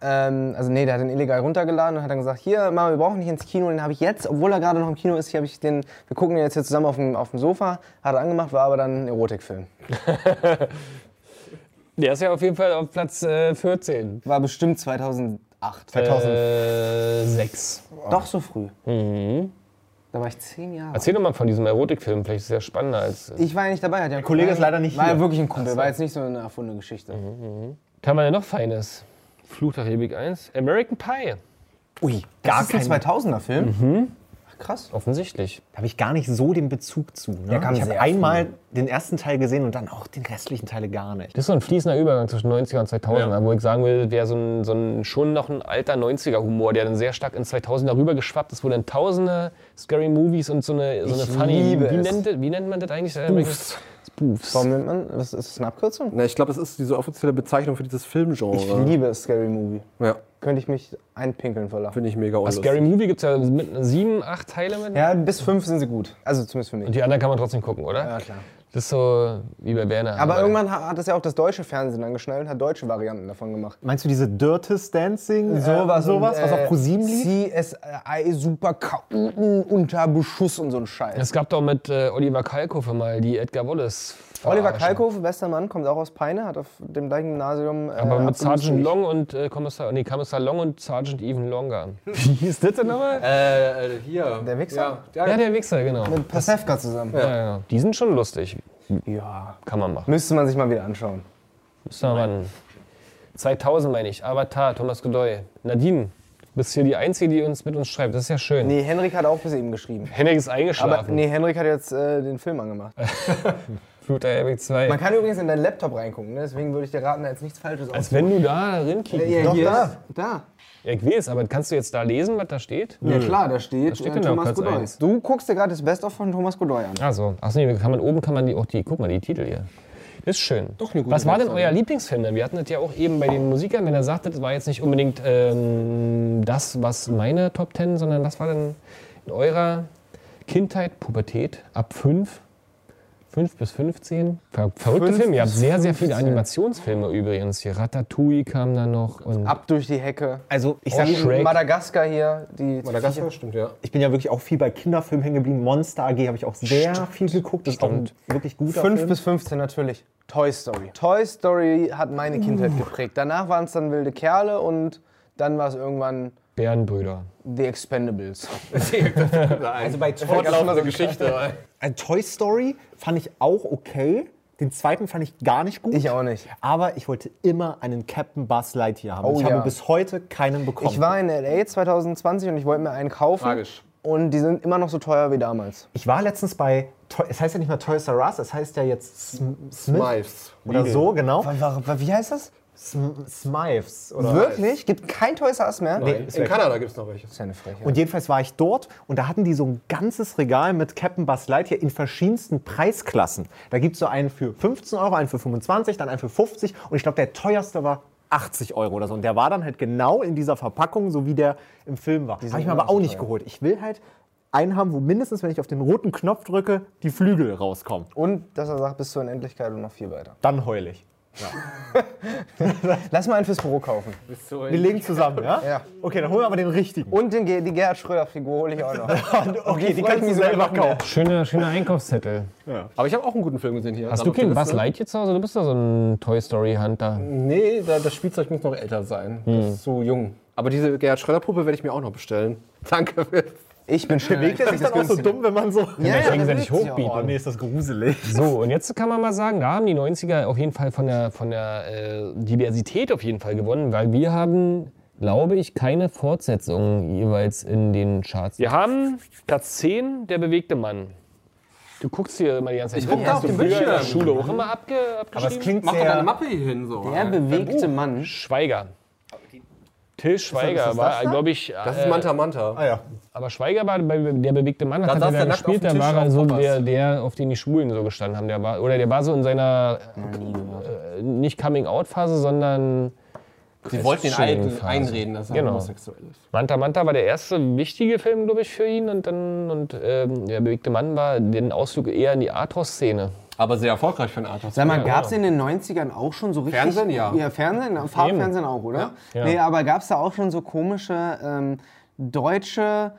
B: Ähm, also nee, der hat den illegal runtergeladen und hat dann gesagt, hier, Mama, wir brauchen nicht ins Kino. Den habe ich jetzt, obwohl er gerade noch im Kino ist, hier habe ich den, wir gucken den jetzt hier zusammen auf dem, auf dem Sofa. Hat er angemacht, war aber dann ein Erotikfilm.
A: Der ist ja auf jeden Fall auf Platz äh, 14.
B: War bestimmt 2008.
D: Äh,
A: Äh, 2006.
D: oh.
B: Doch so früh.
D: Mhm.
B: Da war ich zehn
D: Also
B: Jahre.
A: Erzähl doch mal von diesem Erotikfilm, vielleicht ist der spannender als. äh,
B: Ich war ja nicht dabei. Hat ja ein
D: Kollege ist leider nicht
B: War ja
D: hier. Mhm.
B: wirklich ein Kumpel, war jetzt nicht so eine erfundene Geschichte.
A: Kann man ja noch Feines. Fluch der Karibik 1. American Pie,
D: Ui, gar
B: das ist
D: kein.
B: ein 2000er-Film? Ach, krass.
A: offensichtlich.
D: Da habe ich gar nicht so den Bezug zu. Ne?
B: kam
D: ich
B: sehr
D: habe einmal den ersten Teil gesehen und dann auch den restlichen Teile gar nicht.
A: Das ist so ein fließender Übergang zwischen 90er und 2000er, wo ich sagen will, wäre so ein, so ein schon noch ein alter 90er-Humor, der dann sehr stark ins 2000er rübergeschwappt ist, wo dann tausende Scary Movies und so eine, so eine
B: Ich
A: funny.
B: liebe
A: wie,
B: es.
A: nennt, wie nennt man das eigentlich? Spoofs. Spoofs.
B: Warum nennt man, was ist das eine Abkürzung?
C: Na, ich glaube, das ist diese offizielle Bezeichnung für dieses
B: Ich
C: Filmgenre.
B: liebe Scary Movie.
C: Ja,
B: Könnte ich mich einpinkeln vor Lachen.
C: finde ich mega unlustig.
A: Scary Movie gibt es ja mit sieben, acht Teile mit.
B: Ja, bis fünf sind sie gut. Also zumindest für
A: Und
B: mich.
A: die anderen kann man trotzdem gucken, oder?
B: Ja, klar.
A: Das ist so wie bei Werner.
B: Aber irgendwann ha- hat das ja auch das deutsche Fernsehen angeschnallt und hat deutsche Varianten davon gemacht.
D: Meinst du diese Dirtest Dancing? äh, sowas
B: und,
D: was auf ProSieben lief?
B: äh, CSI Super Kauten unter Beschuss und so ein Scheiß.
A: Es gab doch mit äh, Oliver Kalkofe mal die Edgar Wallace.
B: Oliver
A: Verarsche.
B: Kalkofe, bester Mann, kommt auch aus Peine, hat auf dem gleichen Gymnasium. äh,
A: Aber mit
B: abgelöst wie
A: Sergeant
B: ich.
A: Long und äh, Kommissar, nee, Kommissar Long und Sergeant Even Longer. Wie ist das denn nochmal?
C: Äh, äh, hier.
B: Der Wichser?
C: Ja,
A: ja,
C: ja.
A: der Wichser, genau.
B: Mit Pasewka zusammen.
A: Ja, ja. Die sind schon lustig.
B: Ja.
A: Kann man machen.
B: Müsste man sich mal wieder anschauen.
A: Müssen wir machen. 2000 meine ich. Avatar, Thomas Godoy. Nadine, du bist hier die Einzige, die uns mit uns schreibt. Das ist ja schön.
B: Nee, Henrik hat auch bis eben geschrieben.
A: Henrik ist
B: Aber
A: eingeschlafen.
B: nee, Henrik hat jetzt äh, den Film angemacht.
A: Flut der Epic 2.
B: Man kann übrigens in deinen Laptop reingucken, ne? deswegen würde ich dir raten, da jetzt nichts Falsches Äh,
A: Als wenn du da drin kickst. Ja,
B: Doch,
C: hier
B: da,
C: ist-
B: da.
A: ich weiß, aber kannst du jetzt da lesen, was da steht?
B: Ja klar, da steht,
A: steht
B: äh,
A: denn da auf
B: Thomas
A: Platz
B: Godoy.
A: eins?
B: Du guckst dir gerade das Best-of von Thomas Godoy an.
A: Also, achso, nee, kann man, oben kann man die auch die, guck mal, die Titel hier. Ist schön.
C: Doch eine gute
A: Was war denn
C: Webseite.
A: euer Lieblingsfilm? denn? Wir hatten das ja auch eben bei den Musikern, wenn er sagte, das war jetzt nicht unbedingt ähm, das, was meine Top Ten, sondern was war denn in eurer Kindheit, Pubertät, ab 5, 5 bis 15? Ver verrückte
B: Fünf
A: Filme. Ihr habt
B: bis
A: sehr, sehr viele
B: 15.
A: Animationsfilme übrigens. Hier Ratatouille kam da noch. Und
B: Ab durch die Hecke.
D: Also ich sag
B: Dann
D: schon,
A: Shrek.
B: Madagaskar hier. Die
C: Madagaskar, stimmt, ja.
D: ich bin ja wirklich auch viel bei Kinderfilmen hängen geblieben. Monster AG habe ich auch sehr viel geguckt. Das ist auch ein wirklich guter
B: 5
D: Film.
B: bis 15 natürlich. Toy Story. Toy Story hat meine Kindheit geprägt. Danach waren es dann wilde Kerle und dann war es irgendwann
A: Bärenbrüder.
B: The Expendables.
C: also bei fortlaufende Geschichte.
D: Also Toy Story fand ich auch okay. Den zweiten fand ich gar nicht gut.
B: Ich auch nicht.
D: Aber ich wollte immer einen Captain Buzz Lightyear haben.
B: Oh
D: ich
B: ja.
D: habe bis heute keinen bekommen.
B: Ich war in LA 2020 und ich wollte mir einen kaufen.
C: Tragisch.
B: Und die sind immer noch so teuer wie damals.
D: Ich war letztens bei, Toy- es heißt ja nicht mehr Toys R Us, es heißt ja jetzt Sm Smith
C: Smiles.
D: oder so, genau.
B: Wie heißt das?
D: Sm Smives oder
B: Wirklich? Gibt kein Toys R Us mehr? Nee.
C: In Kanada gibt es noch welche.
B: Das ist ja eine Frechheit.
D: Und jedenfalls war ich dort und da hatten die so ein ganzes Regal mit Captain Buzz Lightyear in verschiedensten Preisklassen. Da gibt es so einen für 15 Euro, einen für 25, dann einen für 50 und ich glaube, der teuerste war 80 Euro oder so. Und der war dann halt genau in dieser Verpackung, so wie der im Film war. Habe ich mir aber auch nicht geholt. Ich will halt einen haben, wo mindestens, wenn ich auf den roten Knopf drücke, die Flügel rauskommen.
B: Und dass er sagt, bis zur Unendlichkeit und noch viel weiter.
D: Dann heul ich.
B: Lass mal einen fürs Büro kaufen.
D: Wir legen zusammen, ja?
B: Ja.
D: Okay, dann holen wir aber den richtigen.
B: Und den, Ge- die Gerhard Schröder-Figur hole ich auch noch.
D: okay, die
B: freue ich
D: kannst du
B: mich
D: selber
B: selber mehr.
D: kaufen.
A: Schöner, schöner Einkaufszettel.
C: Aber ich habe auch einen guten Film gesehen hier.
A: Hast du Kind? Was
C: ne?
A: leid jetzt zu Hause? Du bist doch so ein Toy Story Hunter.
C: Nee, da, das Spielzeug muss noch älter sein. Das ist so jung. Hm. Aber diese Gerhard Schröder-Puppe werde ich mir auch noch bestellen. Danke.
B: Ich bin schneller.
D: Bewegt er sich dann auch so dumm, wenn man so...
B: Ja, ja, das
A: gegenseitig
B: bewegt sich
A: hochbieten.
B: auch.
D: Oh nee, ist das gruselig.
A: So, und jetzt kann man mal sagen, da haben die 90er auf jeden Fall von der, von der äh, Diversität auf jeden Fall gewonnen, weil wir haben, glaube ich, keine Fortsetzungen jeweils in den Charts. Wir haben Platz 10, der bewegte Mann. Du guckst hier immer die ganze Zeit. Ich
C: guck da auf den Bildschirm.
A: Schule auch immer abge,
D: Aber es
A: abgeschrieben.
D: klingt
C: Mach doch
D: sehr...
C: eine Mappe hier hin. So.
B: Der bewegte Mann.
A: Schweiger. Till Schweiger
D: das
A: war,
D: da?
A: glaube ich,
C: Das
A: äh,
C: ist Manta Manta.
D: Ah ja.
A: aber Schweiger war bei der bewegte Mann, das
C: Da
A: hat
C: saß
A: er da
C: der nackt
A: gespielt,
C: auf
A: da
C: dem
A: war
C: Tisch
A: er
C: auf
A: so
C: Papas.
A: der, der, auf den die Schwulen so gestanden haben. Der war, oder der war so in seiner äh, nicht Coming-out-Phase, sondern
C: Sie wollten den alten einreden, dass er
A: Genau.
C: homosexuell ist.
A: Manta Manta war der erste wichtige Film, glaube ich, für ihn. Und dann und ähm, der bewegte Mann war den Ausflug eher in die Arthouse-Szene.
C: Aber sehr erfolgreich für einen Arthur.
B: Sag mal, gab es in den 90ern auch schon so richtig.
C: Fernsehen, ja.
B: Ja, Fernsehen, Farbfernsehen auch, oder?
A: Ja.
B: Nee, aber gab es da auch schon so komische ähm, deutsche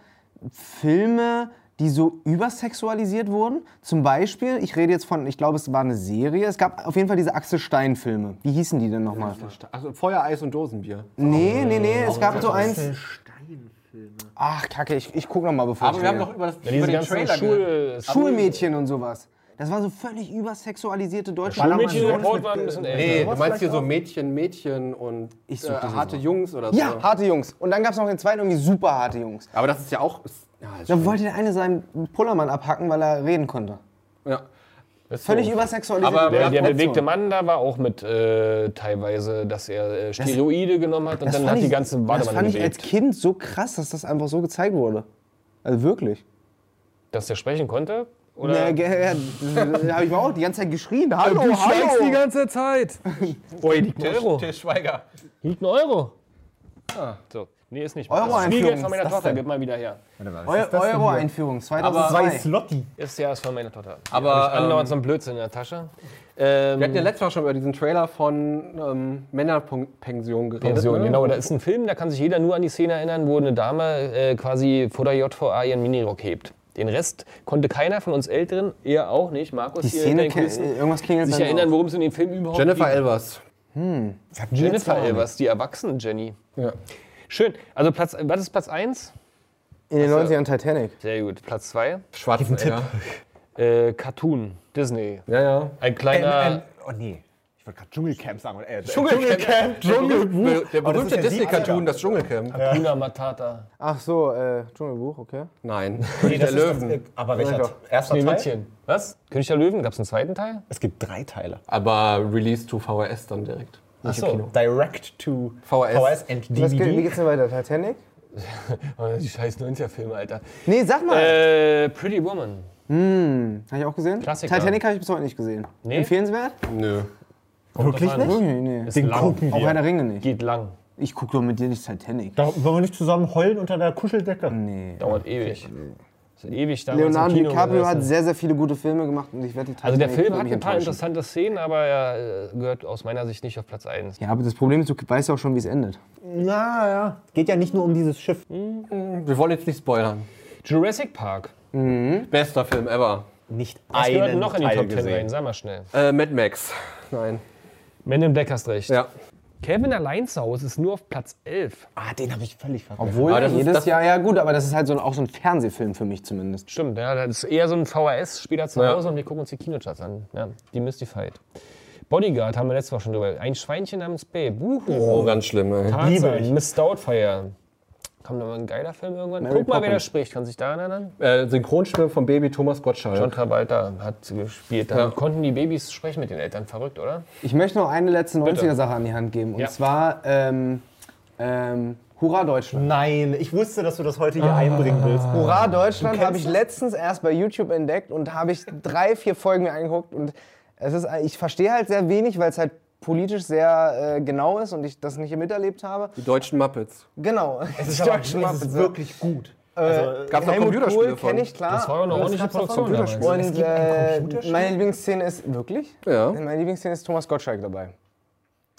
B: Filme, die so übersexualisiert wurden? Zum Beispiel, ich rede jetzt von, ich glaube, es war eine Serie. Es gab auf jeden Fall diese Axel Stein-Filme. Wie hießen die denn nochmal?
C: Also Feuer, Eis und Dosenbier.
B: Nee, nee, nee, es gab so eins. Ach, Kacke, ich, ich guck noch mal, bevor
C: Aber
B: ich
C: wir haben
B: rede.
C: doch über, das, über
A: Diese
C: den
A: ganzen
C: Trailer
A: Schul
C: ge-
B: Schulmädchen und sowas. Das waren so völlig übersexualisierte deutsche
A: Mädchen in Rot waren ein bisschen
C: Nee,
A: älter.
C: du meinst hier so Mädchen, Mädchen und
B: Ich
C: äh,
B: such das
C: harte Jungs oder so.
B: Ja, harte Jungs. Und dann gab es noch den zweiten, irgendwie super harte Jungs.
C: Aber das ist ja auch. ist- Ja, ist
B: Da wollte der eine seinen Pullermann abhacken, weil er reden konnte.
C: ja.
B: Völlig übersexualisiert.
C: Aber
A: Der,
C: Ja,
A: der
C: Option.
A: bewegte Mann da war auch mit äh, teilweise, dass er äh, Steroide genommen hat und dann hat die ganze
B: Das
A: Badewanne
B: fand ich als
A: bewegt.
B: Kind so krass, dass das einfach so gezeigt wurde. Also wirklich.
A: Dass der sprechen konnte Oder?
B: da habe ich auch die ganze Zeit geschrien. Hallo,
A: du schweigst die
B: hallo.
A: ganze Zeit. Ui, liegt ein Euro.
C: Til Schweiger.
A: Liegt ein Euro. Ah, so. Nee, ist nicht. das
B: Euro
A: ist Spielgeld
B: Einführung,
A: von meiner
B: was ist das
A: Tochter,
B: denn?
A: gib mal wieder her.
B: Euro-Einführung,
D: Zwei
B: 2002.
D: Slotti.
A: Ist ja das von meiner Tochter.
C: Aber,
A: Hab ich andauernd
C: ähm,
A: so ein Blödsinn in der Tasche. Ähm,
C: Wir hatten ja letztes Mal schon über diesen Trailer von ähm, Männerpension geredet.
A: Pension,
C: ne?
A: genau. Da ist ein Film, da kann sich jeder nur an die Szene erinnern, wo eine Dame äh, quasi vor der JVA ihren Minirock hebt. Den Rest konnte keiner von uns Älteren, er auch nicht, Markus,
B: Die
A: hier
B: Szene,
A: hinter den Kulissen,
B: ke- irgendwas klingelt
A: sich
B: bei mir
A: erinnern,
B: auch.
A: worum es in dem Film überhaupt
C: Jennifer
A: geht.
C: Elvers.
A: Jennifer Elvers, die erwachsene Jenny.
C: Ja.
A: Schön. Also, Platz, was ist Platz 1?
B: In den 90ern Titanic.
A: Sehr gut. Platz 2?
C: Schwarzenegger.
A: Äh, Cartoon, Disney.
C: Ja, ja.
A: Ein kleiner.
D: Ähm, ähm, oh nee. Ich wollte gerade Dschungelcamp sagen. Äh,
C: Dschungelcamp. Der,
D: Dschungelbuch.
C: der
D: Aber
C: berühmte
D: das ist ja sie,
C: Disney-Cartoon,
D: Alter.
C: das Dschungelcamp.
A: Hakuna Matata.
B: Ach so, äh, Dschungelbuch, okay.
C: Nein.
D: Nee, das
C: der
D: ist
C: Löwen.
D: Das, äh, aber welcher? Erster Teil?
A: Schneewittchen. Was? König der Löwen? Gab es einen zweiten Teil?
D: Es gibt drei Teile.
C: Aber Release to VHS dann direkt.
D: Ach so. Direct to
C: VHS.
D: VHS and
B: Was geht, wie
D: DVD.
B: geht's denn weiter? Titanic?
A: Oh, die scheiß 90er-Filme, Alter.
B: Nee, sag mal.
A: Äh, Pretty Woman.
B: Habe ich auch gesehen?
A: Klassiker.
B: Titanic habe ich bis heute nicht gesehen.
A: Nee?
B: Empfehlenswert?
C: Nö.
D: Wirklich
A: Kommt
D: nicht?
B: Nee, nee.
A: Ist lang.
D: gucken
B: Auch Herr der Ringe nicht.
A: Geht lang.
B: Ich gucke doch mit dir nicht Titanic.
D: Da wollen wir nicht zusammen heulen unter der Kuscheldecke.
A: Dauert ewig. Ist ewig damals im
B: Leonardo
A: Kino
B: DiCaprio
A: gesessen.
B: hat sehr, sehr viele gute Filme gemacht und ich werde die Titanic
A: Also der Film
B: glaub
A: hat
B: ich,
A: ein paar
B: enttäuschen.
A: interessante Szenen, aber er äh, gehört aus meiner Sicht nicht auf Platz 1.
B: Ja, aber das Problem ist, du weißt ja auch schon, wie es endet.
D: Na ja. Geht ja nicht nur um dieses Schiff.
C: Wir wollen jetzt nicht spoilern.
A: Jurassic Park.
C: Bester Film ever.
D: Nicht
A: Was gehört
D: einen
A: noch in die
D: Teil
A: Top 10 rein?
D: gesehen.
A: Sag mal schnell.
C: Äh, Mad Max. Nein.
A: Men in Black hast recht.
C: Ja.
A: Kevin allein zu Hause ist nur auf Platz 11.
D: Ah, den habe ich völlig vergessen.
B: Obwohl,
C: Aber das ist-
B: jedes
C: das-
B: Jahr, ja gut, aber das ist halt so ein, auch so ein Fernsehfilm für mich zumindest.
A: Stimmt, ja, das ist eher so ein VHS-Spieler zu
C: Ja.
A: Hause und wir gucken uns die Kinocharts an. Ja, die Mystified. Bodyguard haben wir letztes Mal schon drüber. Ein Schweinchen namens Babe. Uhu.
C: Oh, ganz schlimm, ey.
D: Liebe
A: Liebe
D: ich.
A: Miss Doubtfire. Kommt nochmal ein geiler Film irgendwann.
B: Mary
A: Guck mal, wer da
B: Poppins.
A: spricht. Kann sich daran erinnern?
C: Äh, Synchronstimme von Baby Thomas Gottschalk.
A: John Travolta hat gespielt. Da
C: Ja.
A: konnten die Babys sprechen mit den Eltern. Verrückt, oder?
B: Ich möchte noch eine letzte 90er-Sache an die Hand geben. Und
A: Ja.
B: zwar, ähm, ähm, Hurra Deutschland.
D: Nein, ich wusste, dass du das heute hier einbringen willst.
B: Hurra Deutschland
D: Du kennst
B: habe ich
D: das?
B: letztens erst bei YouTube entdeckt und habe ich drei, vier Folgen mir angeguckt und es ist, ich verstehe halt sehr wenig, weil es halt politisch sehr äh, genau ist und ich das nicht miterlebt habe.
C: Die deutschen Muppets.
B: Genau.
D: Es ist,
B: Die
D: aber, es
B: deutschen Muppets,
D: ist
B: ja.
D: wirklich gut. Also,
C: Gab's noch
B: Äh, Helmut
C: Computerspiele
B: Kohl
C: von?
B: kenne ich klar.
A: Das war ja eine ordentliche
D: gab's auch
A: Produktion.
D: vorher
A: damals.
D: schon. Es
B: und
D: gibt ein
B: äh,
D: Computerspiel?
B: meine Lieblingsszene ist wirklich?
C: Ja.
B: Meine Lieblingsszene ist Thomas Gottschalk dabei.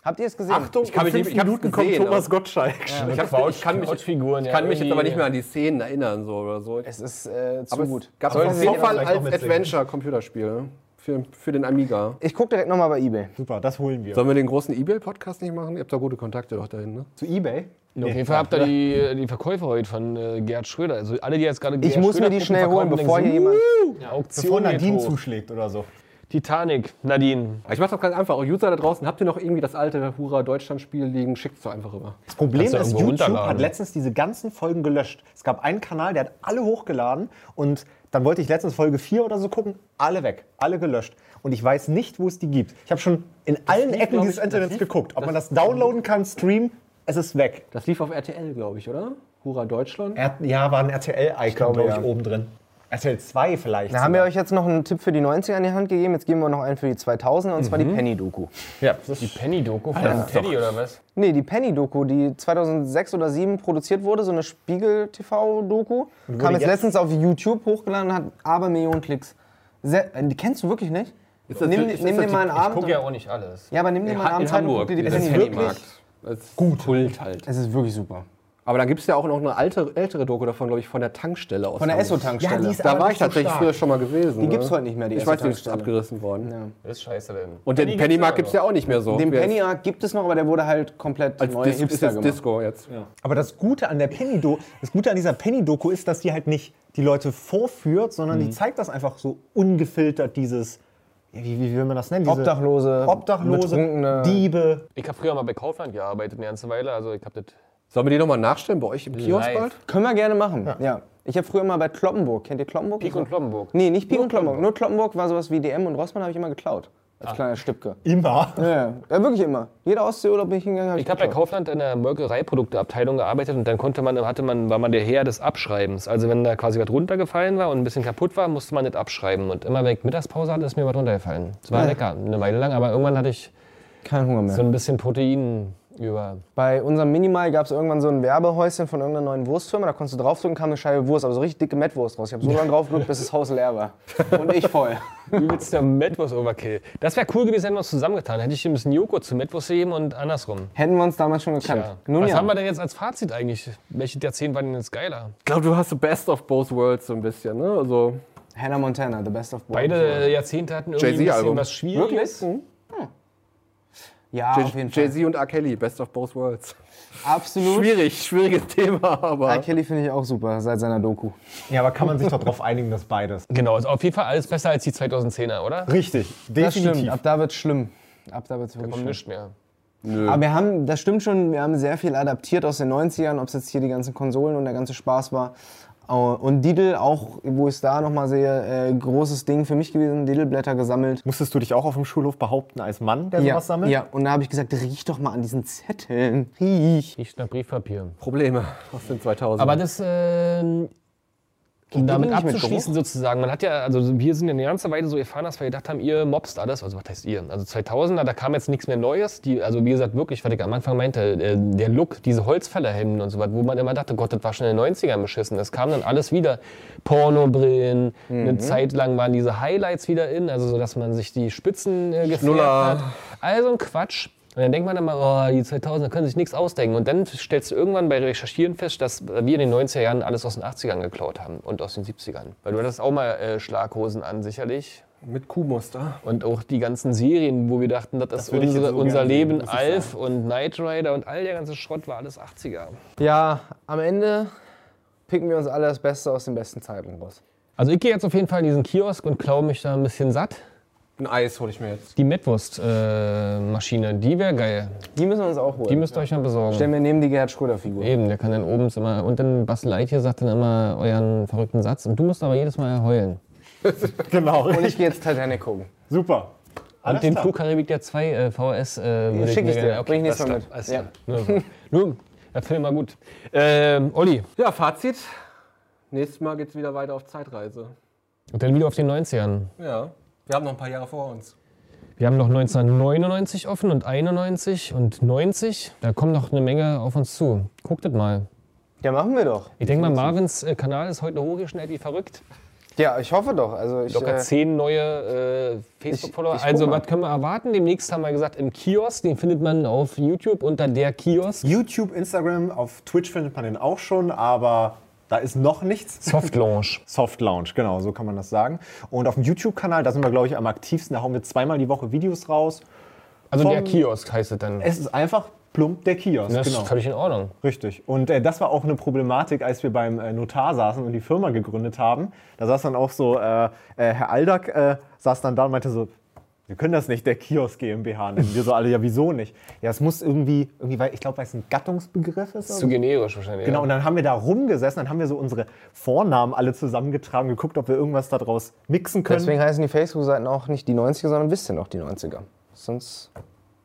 B: Habt ihr es gesehen?
C: Achtung, ich
D: in
C: kann mich
D: fünf
C: nicht- ich hab's
D: Minuten
C: gesehen,
D: kommt Thomas
C: aber-
D: Gottschalk.
C: Ich,
A: Eine
C: hab's- ich
A: Couch-
C: kann mich,
A: Couchfiguren,
C: ich
A: ja,
C: kann mich jetzt
A: irgendwie, äh,
C: aber nicht
A: ja.
C: mehr an die Szenen erinnern so oder so.
B: Es ist äh, zu
C: aber
B: gut.
C: Es gab
D: Aber
C: auf
D: es-
C: jeden Fall
D: vielleicht noch
C: als
D: mitsingen.
C: Adventure Computerspiel für, für den Amiga.
B: Ich gucke direkt nochmal bei eBay.
D: Super, das holen wir.
C: Sollen wir den großen eBay Podcast nicht machen? Ihr habt da gute Kontakte doch dahin, ne?
B: Zu eBay?
A: Auf jeden Fall habt ihr die, die Verkäufer heute von äh, Gerd Schröder. Also alle, die jetzt gerade
B: Ich
A: Gerhard
B: muss
A: Schröder
B: mir die
A: gucken,
B: schnell holen,
A: verkaufen,
B: bevor hier
A: denken
B: jemand.
A: sie, "Uh,
D: Bevor
A: Auktion
D: Nadine
A: geht hoch.
D: zuschlägt oder so.
A: Titanic, Nadine.
C: Ich mach's doch ganz einfach. User da draußen, habt ihr noch irgendwie das alte Hurra Deutschland Spiel liegen? Schickt's doch einfach rüber.
D: Das Problem
A: Kannst du
D: ist,
A: irgendwo
D: YouTube
A: runterladen.
D: hat letztens diese ganzen Folgen gelöscht. Es gab einen Kanal, der hat alle hochgeladen und dann wollte ich letztens Folge 4 oder so gucken, alle weg, alle gelöscht. Und ich weiß nicht, wo es die gibt. Ich habe schon in allen
C: lief,
D: Ecken
C: glaub
D: dieses
C: ich, das
D: Internets
C: lief-
D: geguckt, ob
C: das-
D: man das downloaden kann, streamen, es ist weg.
C: Das lief auf RTL, glaube ich, oder? Hurra Deutschland?
D: Er, ja, war ein RTL-Icon, glaube ich,
B: ja.
D: oben drin. RTL 2 vielleicht.
B: Da haben wir
D: sogar.
B: euch jetzt noch einen Tipp für die 90er an die Hand gegeben. Jetzt geben wir noch einen für die 2000er und
C: Mhm.
B: zwar die Penny-Doku.
D: ja, das
A: Die
D: ist
A: Penny-Doku von Teddy oder was?
B: Nee, die Penny-Doku, die 2006 oder 2007 produziert wurde, so eine Spiegel-TV-Doku. Kam jetzt,
D: jetzt-
B: letztens auf YouTube hochgeladen und hat aber Millionen Klicks. Sehr, äh, die kennst du wirklich nicht?
C: das-
B: nimm
C: ist
B: nimm
C: das
B: dir
C: die-
B: mal einen
A: Ich
B: Abend.
A: gucke ja auch nicht alles.
B: ja, aber nimm dir mal einen Abend
C: in
B: Zeit und guck
C: Hamburg.
B: dir die
C: Das ist
B: Penny wirklich.
C: Pennymarkt. Das ist gut. Kult halt.
B: Es ist wirklich super.
C: Aber dann gibt es ja auch noch eine alte, ältere Doku davon, glaube ich, von der Tankstelle aus.
B: Von der
C: Hamburg.
B: Esso-Tankstelle.
D: Ja, die ist
C: Da
D: aber
C: war
D: nicht
C: ich
D: so
C: tatsächlich
D: stark.
C: früher schon mal gewesen. ne?
B: Die gibt's heute nicht mehr, die
C: Ich weiß nicht, es ist
B: Esso-Tankstelle.
C: abgerissen worden.
A: Das ist scheiße denn.
C: Und den Pennymarkt gibt es ja auch nicht mehr so.
B: Den
C: Wie
B: Penny
C: jetzt
B: Arc gibt es noch, aber der wurde halt komplett
C: als
B: neu
C: Dis ist
B: hipster
C: jetzt
B: gemacht.
C: Disco jetzt.
D: Aber das Gute an der Penny Do das Gute an dieser Penny Doku ist, dass die halt nicht die Leute vorführt, sondern die zeigt das einfach so ungefiltert dieses ja, wie, wie will man das nennen? Diese
B: Obdachlose,
D: Obdachlose,
B: Betrunkene.
D: Diebe.
A: Ich habe früher mal bei Kaufland gearbeitet eine ganze Weile, also ich habe das.
C: Sollen wir die nochmal nachstellen bei euch im Kiosk
A: Live.
C: bald?
B: Können wir gerne machen. Ja. Ich habe früher mal bei Kloppenburg, kennt ihr Kloppenburg?
A: Pik und Kloppenburg.
B: Nee, nicht Pik und Kloppenburg. Nur Kloppenburg war sowas wie DM und Rossmann habe ich immer geklaut. Als kleiner Stübke.
D: Immer.
B: Ja, ja, wirklich immer. Jeder Ostsee oder bin ich hingegangen, habe
A: Ich habe bei Kaufland in der Molkereiprodukteabteilung gearbeitet und dann konnte man, hatte man, war man der Herr des Abschreibens. Also wenn da quasi was runtergefallen war und ein bisschen kaputt war, musste man das abschreiben. Und immer wenn ich Mittagspause hatte, ist mir was runtergefallen. Es war lecker, eine Weile lang, aber irgendwann hatte ich
B: keinen Hunger mehr.
A: so ein bisschen Protein über.
B: Bei unserem Minimal gab es irgendwann so ein Werbehäuschen von irgendeiner neuen Wurstfirma. Da konntest du draufdrücken, kam eine Scheibe Wurst, aber so richtig dicke Mettwurst raus. Ich habe so lange draufgedrückt, bis das Haus leer war. Und ich voll.
A: Übelst der Metwurst Overkill. Das wäre cool gewesen, wenn wir uns zusammengetan hätten. Hätte ich ihm ein bisschen Joghurt zu Metwurst gegeben und andersrum.
B: Hätten wir uns damals schon gekannt.
A: Ja.
B: Nun
A: Was
B: ja.
A: haben wir denn jetzt als Fazit eigentlich? Welche der zehn waren denn jetzt geiler?
C: Ich glaube, du hast the best of both worlds so ein bisschen, ne? Also,
B: Hannah Montana, the best of both.
A: Beide Jahrzehnte hatten irgendwie ein
C: Jay-Z
A: bisschen
C: Album.
A: was Schwieriges.
B: Ja, Ah, auf jeden Fall.
C: Hm? Jay-Z und R. Kelly, best of both worlds.
B: Absolut.
C: Schwierig, schwieriges Thema,
B: R.
C: aber.
B: Kelly finde ich auch super, seit seiner Doku.
D: Ja, aber kann man sich doch darauf einigen, dass beides.
A: Genau, ist auf jeden Fall alles besser als die 2010er, oder?
D: Richtig,
B: Das stimmt.
D: definitiv.
B: Ab da wird schlimm. Ab da wird's wirklich
A: Kommt
B: schlimm.
A: nichts mehr.
B: Aber wir haben, das stimmt schon, wir haben sehr viel adaptiert aus den 90ern, ob es jetzt hier die ganzen Konsolen und der ganze Spaß war. Au- Und Didel, auch wo ich es da nochmal sehe, äh, großes Ding für mich gewesen, Didelblätter gesammelt.
D: Musstest du dich auch auf dem Schulhof behaupten als Mann, der
B: Ja,
D: sowas sammelt?
B: ja, und da habe ich gesagt, riech doch mal an diesen Zetteln. Riech.
A: Riecht nach Briefpapier.
C: Probleme aus den 2000
A: Aber das, äh, um damit
B: nicht mit
A: abzuschließen sozusagen, man hat ja, also wir sind ja eine ganze Weile so erfahren, dass wir gedacht haben, ihr mobst alles, also was heißt ihr? Also 2000er, da kam jetzt nichts mehr Neues, die, also wie gesagt, wirklich, was ich am Anfang meinte, äh, der Look, diese Holzfällerhemden und so was, wo man immer dachte, Gott, das war schon in den 90ern beschissen, das kam dann alles wieder, Pornobrillen, eine Zeit lang waren diese Highlights wieder in, also so, dass man sich die Spitzen äh, gefärbt
C: Schnuller.
A: hat. Also ein Quatsch. Und dann denkt man immer, oh, die 2000er können sich nichts ausdenken. Und dann stellst du irgendwann bei Recherchieren fest, dass wir in den 90er Jahren alles aus den 80ern geklaut haben und aus den 70ern. Weil du hattest auch mal äh, Schlaghosen an, sicherlich.
C: mit Kuhmuster.
A: Und auch die ganzen Serien, wo wir dachten, das, ist
D: würde ich jetzt
A: unsere,
D: so
A: unser
D: gerne sehen,
A: Leben.
D: muss ich
A: Alf und Knight Rider und all der ganze Schrott war alles 80er.
B: Ja, am Ende picken wir uns alle das Beste aus den besten Zeiten raus.
A: Also ich gehe jetzt auf jeden Fall in diesen Kiosk und klaue mich da ein bisschen satt.
C: Ein Eis hole ich mir jetzt.
A: Die Metwurst-Maschine, äh, die wäre geil.
B: Die müssen wir uns auch
A: Die
B: holen.
A: müsst ihr euch mal besorgen.
B: Denn wir nehmen die Gerhard Schröder-Figur.
A: Eben, der kann dann oben immer. Und dann Basteleit hier sagt dann immer euren verrückten Satz. Und du musst aber jedes Mal heulen.
D: Genau.
B: Und ich gehe jetzt Titanic gucken.
D: Super. Alles
A: Und den
D: klar.
A: Flugkaribik der 2 äh, VS äh, würde
B: schick
A: mir
B: ich dir.
A: gerne-
B: Bring ich nächstes
A: alles
B: Mal
A: klar,
B: mit.
A: alles klar. Nur, nur, der Film war gut. Ähm, Olli,
C: Ja, Fazit. Nächstes Mal geht's wieder weiter auf Zeitreise.
A: und dann wieder auf den 90ern.
C: Ja. Wir haben noch ein paar Jahre vor uns.
A: Wir haben noch 1999 offen und 91 und 90. Da kommt noch eine Menge auf uns zu. Guckt das mal.
B: Ja, machen wir doch.
A: Ich denke mal, Marvins äh, Kanal ist heute hochgeschnellt wie verrückt.
B: Ja, ich hoffe doch. Also ich,
A: Locker
B: äh,
A: zehn neue äh, Facebook-Follower.
B: ich guck
A: Also,
B: mal.
A: was können wir erwarten? Demnächst haben wir gesagt, im Kiosk. Den findet man auf YouTube unter der Kiosk.
D: YouTube, Instagram, auf Twitch findet man den auch schon, aber da ist noch nichts.
A: Soft Launch.
D: Soft Launch, genau, so kann man das sagen. Und auf dem YouTube-Kanal, da sind wir, glaube ich, am aktivsten. Da hauen wir zweimal die Woche Videos raus.
A: Also,
D: Vom-
A: der Kiosk heißt es dann.
D: Es ist einfach plump der Kiosk.
A: Das
D: genau.
A: ist völlig in Ordnung.
D: Richtig. Und äh, das war auch eine Problematik, als wir beim äh, Notar saßen und die Firma gegründet haben. Da saß dann auch so, äh, äh, Herr Aldag äh, saß dann da und meinte so, wir können das nicht der Kiosk GmbH nennen. Wir so alle, ja wieso nicht? Ja, es muss irgendwie, irgendwie weil ich glaube, weil es ein Gattungsbegriff ist.
A: Zu generisch wahrscheinlich.
D: Genau, und
A: Ja.
D: dann haben wir da rumgesessen, dann haben wir so unsere Vornamen alle zusammengetragen, geguckt, ob wir irgendwas daraus mixen können.
B: Deswegen heißen die Facebook-Seiten auch nicht die 90er, sondern wisst ihr noch die 90er. Ist Sonst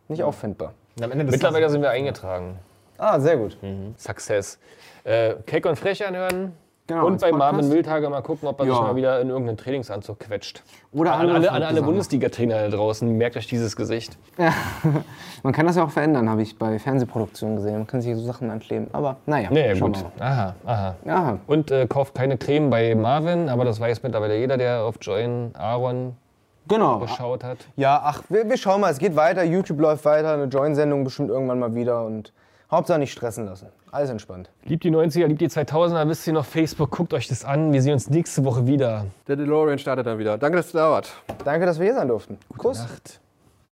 B: nicht auffindbar.
D: Und am Ende des
A: Mittlerweile sind wir eingetragen.
B: Ah, sehr gut.
A: Success. Äh, Keck und Frech anhören.
B: Genau,
A: und
B: als
A: bei
B: Podcast.
A: Marvin Wildhager mal gucken, ob er
B: Ja.
A: sich mal wieder in irgendeinen Trainingsanzug quetscht.
B: Oder
A: An alle, an
B: verrückte
A: alle
B: Sachen.
A: Bundesliga-Trainer da draußen, merkt euch dieses Gesicht.
B: Man kann das ja auch verändern, habe ich bei Fernsehproduktionen gesehen. Man kann sich so Sachen ankleben. Aber naja,
A: Nee,
B: schauen
A: gut.
B: wir mal.
A: Aha, aha.
B: Aha.
A: Und äh, kauft keine Creme bei Marvin, aber das weiß mittlerweile jeder, der auf Join Aaron
B: Genau.
A: geschaut hat.
B: Ja, ach, wir, wir schauen mal. Es geht weiter. YouTube läuft weiter. Eine Join-Sendung bestimmt irgendwann mal wieder. Und Hauptsache nicht stressen lassen. Alles entspannt.
A: Liebt die 90er, liebt die 2000er, wisst ihr noch Facebook, guckt euch das an. Wir sehen uns nächste Woche wieder.
C: Der DeLorean startet dann wieder. Danke, dass du da warst.
B: Danke, dass wir hier sein durften. Kuss.
A: Nacht.